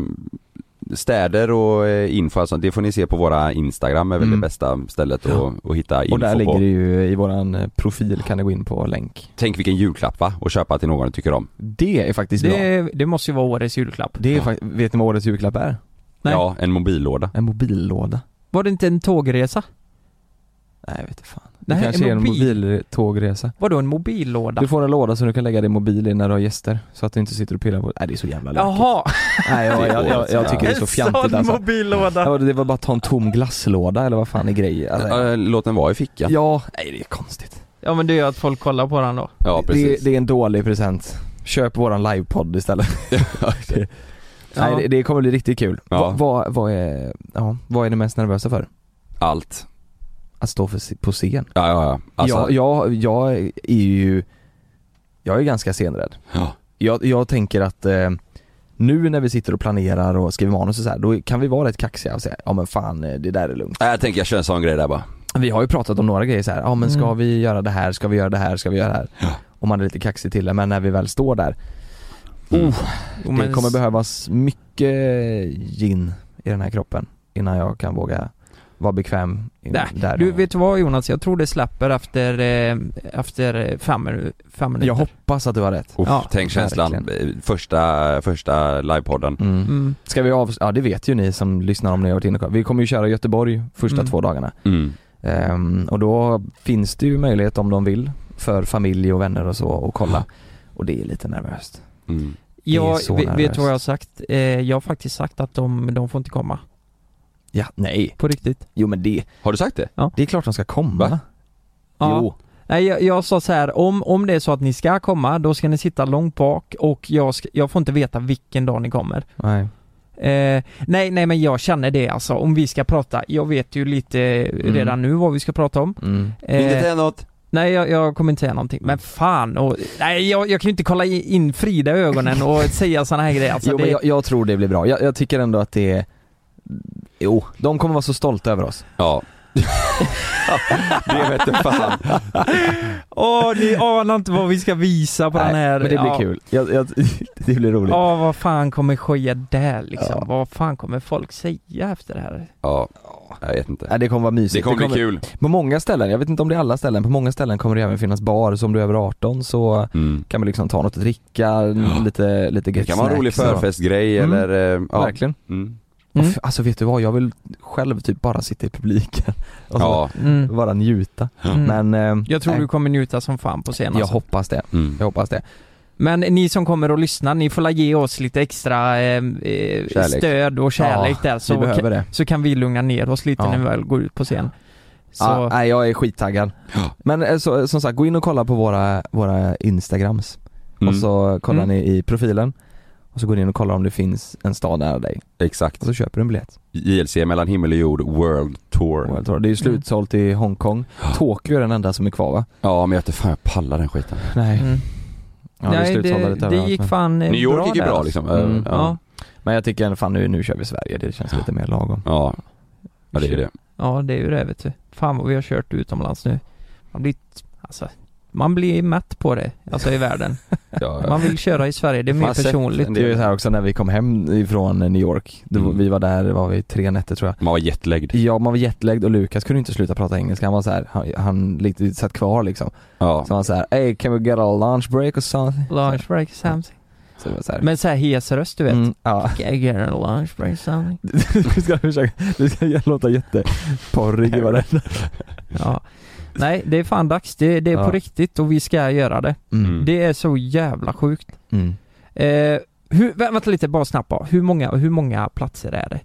[SPEAKER 3] städer och eh, info alltså, det får ni se på våra Instagram är väl
[SPEAKER 5] Mm.
[SPEAKER 3] det bästa stället att
[SPEAKER 5] Ja.
[SPEAKER 3] att hitta info
[SPEAKER 5] Och där
[SPEAKER 3] på.
[SPEAKER 5] ligger det ju i våran eh, profil, kan ni gå in på länk.
[SPEAKER 3] Tänk vilken julklapp va? Och köpa till någon du tycker om.
[SPEAKER 5] Det är faktiskt bra.
[SPEAKER 4] Det, eh, det måste ju vara årets julklapp.
[SPEAKER 5] Det är fakt- vet ni vad årets julklapp är?
[SPEAKER 4] Nej.
[SPEAKER 3] Ja, en mobillåda.
[SPEAKER 5] En mobillåda.
[SPEAKER 4] Var det inte en tågresa?
[SPEAKER 5] Nej jag vet inte fan. Det
[SPEAKER 4] Nej, en
[SPEAKER 5] kanske är en
[SPEAKER 4] mobil.
[SPEAKER 5] mobiltågresa.
[SPEAKER 4] Vadå en mobillåda?
[SPEAKER 5] Du får en låda som du kan lägga din mobil i när du har gäster, så att du inte sitter och pillar på Nej det är så jävla lökigt.
[SPEAKER 4] Jaha!
[SPEAKER 5] Nej jag, jag, jag, jag tycker det är så fjantigt
[SPEAKER 4] En sån
[SPEAKER 5] alltså.
[SPEAKER 4] mobillåda!
[SPEAKER 5] Ja, det var bara att ta en tom glasslåda eller vad fan är grejen? Alltså,
[SPEAKER 3] Eh, Låt den vara i
[SPEAKER 5] ja.
[SPEAKER 3] fickan.
[SPEAKER 5] nej det är konstigt.
[SPEAKER 4] Ja men det gör att folk kollar på den då.
[SPEAKER 3] Ja,
[SPEAKER 5] Det,
[SPEAKER 3] precis.
[SPEAKER 5] det är en dålig present. Köp våran livepodd istället. Nej det, det kommer bli riktigt kul.
[SPEAKER 3] Ja.
[SPEAKER 5] Vad, vad, vad är, ja, vad är ni mest nervösa för?
[SPEAKER 3] Allt.
[SPEAKER 5] Att stå för, på scen?
[SPEAKER 3] Ja, ja, ja. Alltså,
[SPEAKER 5] jag, jag, jag är ju, jag är ganska scenrädd.
[SPEAKER 3] Ja.
[SPEAKER 5] Jag, jag tänker att eh, nu när vi sitter och planerar och skriver manus och så här, då kan vi vara rätt kaxiga och säga ja men fan eh, det där är lugnt.
[SPEAKER 3] Nej, Äh, jag tänker jag kör en sån grej där bara.
[SPEAKER 5] Vi har ju pratat om några grejer så här, ja men
[SPEAKER 4] Mm.
[SPEAKER 5] ska vi göra det här, ska vi göra det här, ska vi göra det här?
[SPEAKER 3] Ja.
[SPEAKER 5] Och man är lite kaxig till det, men när vi väl står där,
[SPEAKER 3] Mm.
[SPEAKER 5] oh,
[SPEAKER 4] Jo,
[SPEAKER 5] det kommer behövas mycket gin i den här kroppen innan jag kan våga vara bekväm in,
[SPEAKER 4] Nej,
[SPEAKER 5] där.
[SPEAKER 4] Du vet du vad Jonas, jag tror det släpper efter, eh, efter eh, fem, minu- fem minuter.
[SPEAKER 5] jag hoppas att du har rätt.
[SPEAKER 3] Uff,
[SPEAKER 4] Ja,
[SPEAKER 3] tänk känslan. Eh, Första, första livepodden.
[SPEAKER 5] Mm.
[SPEAKER 4] Mm.
[SPEAKER 5] Ska vi av... Ja det vet ju ni som lyssnar om ni har varit inne och kollat. Vi kommer ju köra Göteborg första
[SPEAKER 4] Mm.
[SPEAKER 5] två dagarna.
[SPEAKER 3] Mm.
[SPEAKER 5] Ehm, och då finns det ju möjlighet om de vill för familj och vänner och så att kolla. Och det är lite nervöst.
[SPEAKER 3] Mm.
[SPEAKER 5] är
[SPEAKER 4] Jag,
[SPEAKER 5] så
[SPEAKER 4] vet, vet
[SPEAKER 5] nervöst.
[SPEAKER 4] du vad jag har sagt? Eh, jag har faktiskt sagt att Mm, de, de får inte komma.
[SPEAKER 5] Ja, nej.
[SPEAKER 4] På riktigt.
[SPEAKER 5] Jo men det,
[SPEAKER 3] Har du sagt det?
[SPEAKER 5] det är klart de ska komma.
[SPEAKER 3] Va?
[SPEAKER 4] Ja.
[SPEAKER 5] Jo.
[SPEAKER 4] Nej jag, jag sa så här, om, om det är så att ni ska komma, då ska ni sitta långt bak och jag, ska, jag får inte veta vilken dag ni kommer.
[SPEAKER 5] Nej.
[SPEAKER 4] Eh, nej, nej men jag känner det alltså, om vi ska prata, jag vet ju lite eh,
[SPEAKER 5] Mm.
[SPEAKER 4] redan nu vad vi ska prata om.
[SPEAKER 5] Mm.
[SPEAKER 4] Eh,
[SPEAKER 3] Inte säga något.
[SPEAKER 4] Nej jag, jag kommer inte säga någonting, men fan och, nej jag, jag kan ju inte kolla i- in Frida i ögonen och säga såna här grejer alltså,
[SPEAKER 5] jo
[SPEAKER 4] det,
[SPEAKER 5] men jag, jag tror det blir bra. Jag, jag tycker ändå att det är Jo, de kommer vara så stolta över oss.
[SPEAKER 3] Ja. det vet du fan.
[SPEAKER 4] Åh ni anar inte vad vi ska visa på den här
[SPEAKER 5] men det blir
[SPEAKER 4] ja,
[SPEAKER 5] kul. Jag, jag, det blir roligt.
[SPEAKER 4] Ja vad fan kommer ske där liksom?
[SPEAKER 5] Ja.
[SPEAKER 4] Vad fan kommer folk säga efter det här?
[SPEAKER 3] Ja, jag vet inte.
[SPEAKER 5] Nej, det kommer vara mysigt.
[SPEAKER 3] Det kommer bli kul.
[SPEAKER 5] På många ställen, jag vet inte om det är alla ställen, på många ställen kommer det även finnas bar, så om du är över 18 så
[SPEAKER 3] Mm.
[SPEAKER 5] kan man liksom ta något att dricka, lite, lite
[SPEAKER 3] Det
[SPEAKER 5] gött
[SPEAKER 3] kan vara en rolig
[SPEAKER 5] snacks och-
[SPEAKER 3] förfestgrej
[SPEAKER 5] Mm.
[SPEAKER 3] eller... eh, Ja.
[SPEAKER 5] Verkligen.
[SPEAKER 3] Mm.
[SPEAKER 4] Mm.
[SPEAKER 5] Uff, Alltså vet du vad, jag vill själv typ bara sitta i publiken och så
[SPEAKER 3] Ja.
[SPEAKER 4] Mm.
[SPEAKER 5] bara njuta.
[SPEAKER 4] Mm.
[SPEAKER 5] Men, eh,
[SPEAKER 4] jag tror
[SPEAKER 5] nej,
[SPEAKER 4] du kommer njuta som fan på scenen
[SPEAKER 5] jag
[SPEAKER 4] alltså.
[SPEAKER 5] hoppas det.
[SPEAKER 3] Mm.
[SPEAKER 5] Jag hoppas det.
[SPEAKER 4] Men ni som kommer och lyssnar, ni får la ge oss lite extra eh, eh,
[SPEAKER 3] Kärlek.
[SPEAKER 4] stöd och kärlek
[SPEAKER 5] Ja,
[SPEAKER 4] där så,
[SPEAKER 5] vi behöver det.
[SPEAKER 4] så kan vi lugna ner oss lite
[SPEAKER 5] Ja.
[SPEAKER 4] när vi väl går ut på scen. Så,
[SPEAKER 5] Ja, nej, jag är skittaggad.
[SPEAKER 3] Ja.
[SPEAKER 5] Men eh, så, som sagt, gå in och kolla på våra, våra instagrams. Och
[SPEAKER 3] Mm.
[SPEAKER 5] så kollar
[SPEAKER 4] Mm.
[SPEAKER 5] ni i profilen. Och så går ni in och kollar om det finns en stad nära dig.
[SPEAKER 3] Exakt.
[SPEAKER 5] Och så köper du en biljett.
[SPEAKER 3] JLC mellan himmel och jord, World Tour.
[SPEAKER 5] World Tour. Det är ju
[SPEAKER 4] Mm.
[SPEAKER 5] slutsålt i Hongkong. Tokyo är den enda som är kvar va?
[SPEAKER 3] Ja men jag vet inte fan jag pallar den skiten.
[SPEAKER 5] Nej.
[SPEAKER 4] mm.
[SPEAKER 5] Ja, det är
[SPEAKER 4] Nej,
[SPEAKER 5] slutsålt
[SPEAKER 4] det,
[SPEAKER 5] lite
[SPEAKER 4] det,
[SPEAKER 5] överallt,
[SPEAKER 4] gick
[SPEAKER 5] men-
[SPEAKER 4] fan eh,
[SPEAKER 3] New York
[SPEAKER 4] bra
[SPEAKER 3] gick ju
[SPEAKER 4] där,
[SPEAKER 3] bra
[SPEAKER 4] alltså.
[SPEAKER 3] liksom.
[SPEAKER 5] Mm.
[SPEAKER 3] Ja.
[SPEAKER 4] Ja.
[SPEAKER 5] Men jag tycker fan nu, nu kör vi Sverige, det känns lite mer lagom.
[SPEAKER 3] ja. Ja det är ju det.
[SPEAKER 4] ja, det är ju det vet du. Fan vad vi har kört utomlands nu. Man blir, t- alltså, man blir mätt på det, alltså i världen.
[SPEAKER 3] Ja,
[SPEAKER 4] Man vill köra i Sverige, det är
[SPEAKER 3] Man
[SPEAKER 4] mer
[SPEAKER 3] har sett
[SPEAKER 4] personligt.
[SPEAKER 3] en
[SPEAKER 5] Det är ju så här också när vi kom hem ifrån New York, då,
[SPEAKER 3] Mm.
[SPEAKER 5] vi var där, var vi tre nätter tror jag.
[SPEAKER 3] Man var jetlagged.
[SPEAKER 5] Ja, man var jetlagged och Lukas kunde inte sluta prata engelska, han var så här, han, han lite satt kvar liksom.
[SPEAKER 3] Ja.
[SPEAKER 5] Så han så här, hey can we get a lunch break or something?
[SPEAKER 4] Lunch break something.
[SPEAKER 5] Så det var så här,
[SPEAKER 4] Men såhär hes röst du vet.
[SPEAKER 5] mm, ja.
[SPEAKER 4] I get a lunch break something.
[SPEAKER 5] du ska försöka, du ska låta jätteporrig i varenda.
[SPEAKER 4] Ja. Nej, det är fan dags. Det, det är
[SPEAKER 5] Ja.
[SPEAKER 4] på riktigt och vi ska göra det.
[SPEAKER 5] Mm.
[SPEAKER 4] Det är så jävla sjukt.
[SPEAKER 5] Mm.
[SPEAKER 4] Eh, hur, vä- vänta lite, bara snabbt bara. Hur många, hur många platser är det?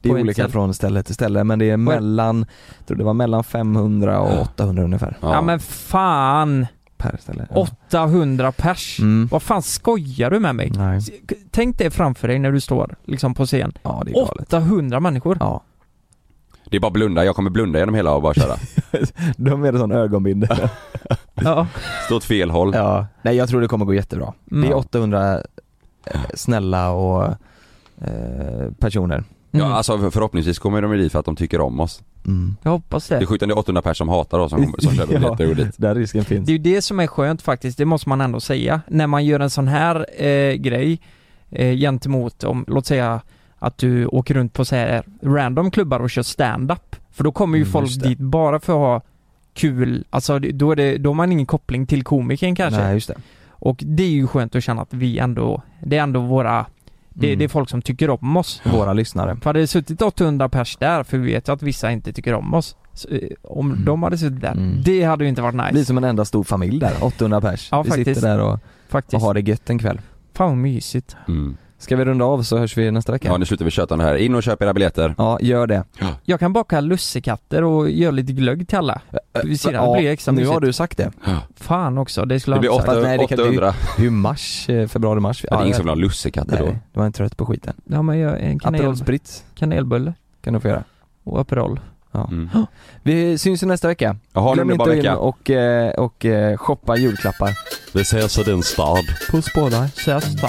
[SPEAKER 5] Det är
[SPEAKER 4] På ett
[SPEAKER 5] olika
[SPEAKER 4] sätt.
[SPEAKER 5] från ställe till ställe men det är mellan, jag tror det var mellan 500 och 800 ungefär.
[SPEAKER 4] Ja, men fan!
[SPEAKER 5] Per ställe. Mm.
[SPEAKER 4] 800 pers. Vad fan skojar du med mig? Tänk det framför dig när du står liksom på scen.
[SPEAKER 5] Ja,
[SPEAKER 3] det är galet.
[SPEAKER 4] 800 människor.
[SPEAKER 5] Ja.
[SPEAKER 3] Det är bara blunda, jag kommer blunda genom hela och bara köra.
[SPEAKER 5] De är en sån ögonbindel.
[SPEAKER 4] ja.
[SPEAKER 3] Stå åt fel håll.
[SPEAKER 5] Ja. Nej jag tror det kommer gå jättebra.
[SPEAKER 3] Mm.
[SPEAKER 5] Det är 800 eh, snälla och eh, personer.
[SPEAKER 4] Mm.
[SPEAKER 3] Ja, alltså för- förhoppningsvis kommer de ju dit för att de tycker om oss.
[SPEAKER 5] Mm.
[SPEAKER 4] Jag hoppas
[SPEAKER 3] Det är
[SPEAKER 4] det.
[SPEAKER 3] sjukt om det är 800 personer som hatar oss som, som köper biljetter och går dit.
[SPEAKER 5] Den risken finns.
[SPEAKER 4] Det är ju det som är skönt faktiskt, det måste man ändå säga. När man gör en sån här eh, grej eh, gentemot, om, låt säga att du åker runt på så här random klubbar och kör stand-up. För då kommer ju
[SPEAKER 5] Mm,
[SPEAKER 4] folk
[SPEAKER 5] just det.
[SPEAKER 4] dit bara för att ha kul, alltså det- då, är det, då har man ingen koppling till komikern kanske.
[SPEAKER 5] Nej just det.
[SPEAKER 4] Och det är ju skönt att känna att vi ändå, det är ändå våra, det,
[SPEAKER 5] Mm.
[SPEAKER 4] det är folk som tycker om oss.
[SPEAKER 5] Våra lyssnare.
[SPEAKER 4] För hade det suttit 800 pers där, för vi vet ju att vissa inte tycker om oss. Så, eh, om
[SPEAKER 3] Mm.
[SPEAKER 4] de hade suttit där,
[SPEAKER 5] Mm.
[SPEAKER 4] det hade ju inte varit nice.
[SPEAKER 5] Vi är som en enda stor familj där, 800 pers.
[SPEAKER 4] Ja,
[SPEAKER 5] vi
[SPEAKER 4] faktiskt.
[SPEAKER 5] sitter där och, och
[SPEAKER 4] Faktiskt.
[SPEAKER 5] har det gött en kväll.
[SPEAKER 4] Fan vad mysigt.
[SPEAKER 5] Ska vi runda av så hörs vi nästa vecka?
[SPEAKER 3] Mm. Ja, nu slutar vi köta om det här. In och köp era biljetter.
[SPEAKER 5] Ja, gör det.
[SPEAKER 4] Jag kan baka lussekatter och göra lite glögg till alla. Vi ser, det blir extra
[SPEAKER 5] nu
[SPEAKER 4] mysigt.
[SPEAKER 5] har du sagt det.
[SPEAKER 4] Fan också, det skulle jag ha sagt.
[SPEAKER 5] Fast nej, det kan- det är ju-
[SPEAKER 3] 800.
[SPEAKER 5] Det är ju mars, eh, februari-mars.
[SPEAKER 3] det är ingen som vill ha lussekatter då.
[SPEAKER 5] Nej, du var inte trött på skiten.
[SPEAKER 4] Ja men jag, en kanel,
[SPEAKER 5] Aperol Spritz
[SPEAKER 4] kanelbulle
[SPEAKER 5] kan du få göra.
[SPEAKER 4] och Aperol.
[SPEAKER 5] Ja.
[SPEAKER 3] Mm.
[SPEAKER 5] Vi syns ju nästa vecka.
[SPEAKER 3] Jaha,
[SPEAKER 5] Glöm
[SPEAKER 3] nu
[SPEAKER 5] inte
[SPEAKER 3] bara
[SPEAKER 5] att in
[SPEAKER 3] vecka.
[SPEAKER 5] och, eh, och eh, shoppa julklappar.
[SPEAKER 9] Vi ses i din stad.
[SPEAKER 5] Puss på dig.
[SPEAKER 4] Ses då.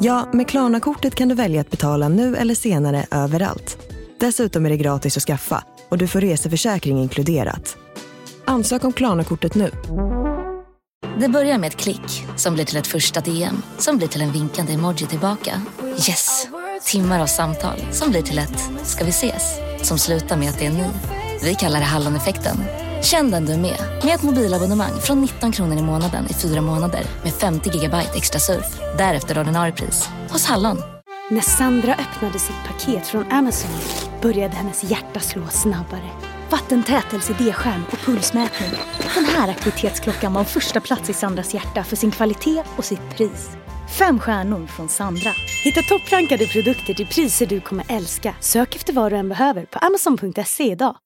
[SPEAKER 1] Ja, med Klarna-kortet kan du välja att betala nu eller senare överallt. Dessutom är det gratis att skaffa och du får reseförsäkring inkluderat. Ansök om Klarna-kortet nu.
[SPEAKER 6] Det börjar med ett klick som blir till ett första DM som blir till en vinkande emoji tillbaka. Yes! Timmar av samtal som blir till ett “ska vi ses?” som slutar med att det är ni. Vi kallar det Halloneffekten. Känn den du är med, med ett mobilabonnemang från 19 kronor i månaden i fyra månader med 50 gigabyte extra surf. Därefter ordinarie pris, hos Hallon.
[SPEAKER 10] När Sandra öppnade sitt paket från Amazon började hennes hjärta slå snabbare. Vattentätelse, D-skärm och pulsmätning. Den här aktivitetsklockan var första plats i Sandras hjärta för sin kvalitet och sitt pris. Fem stjärnor från Sandra. Hitta topprankade produkter till priser du kommer älska. Sök efter vad du än behöver på amazon.se idag.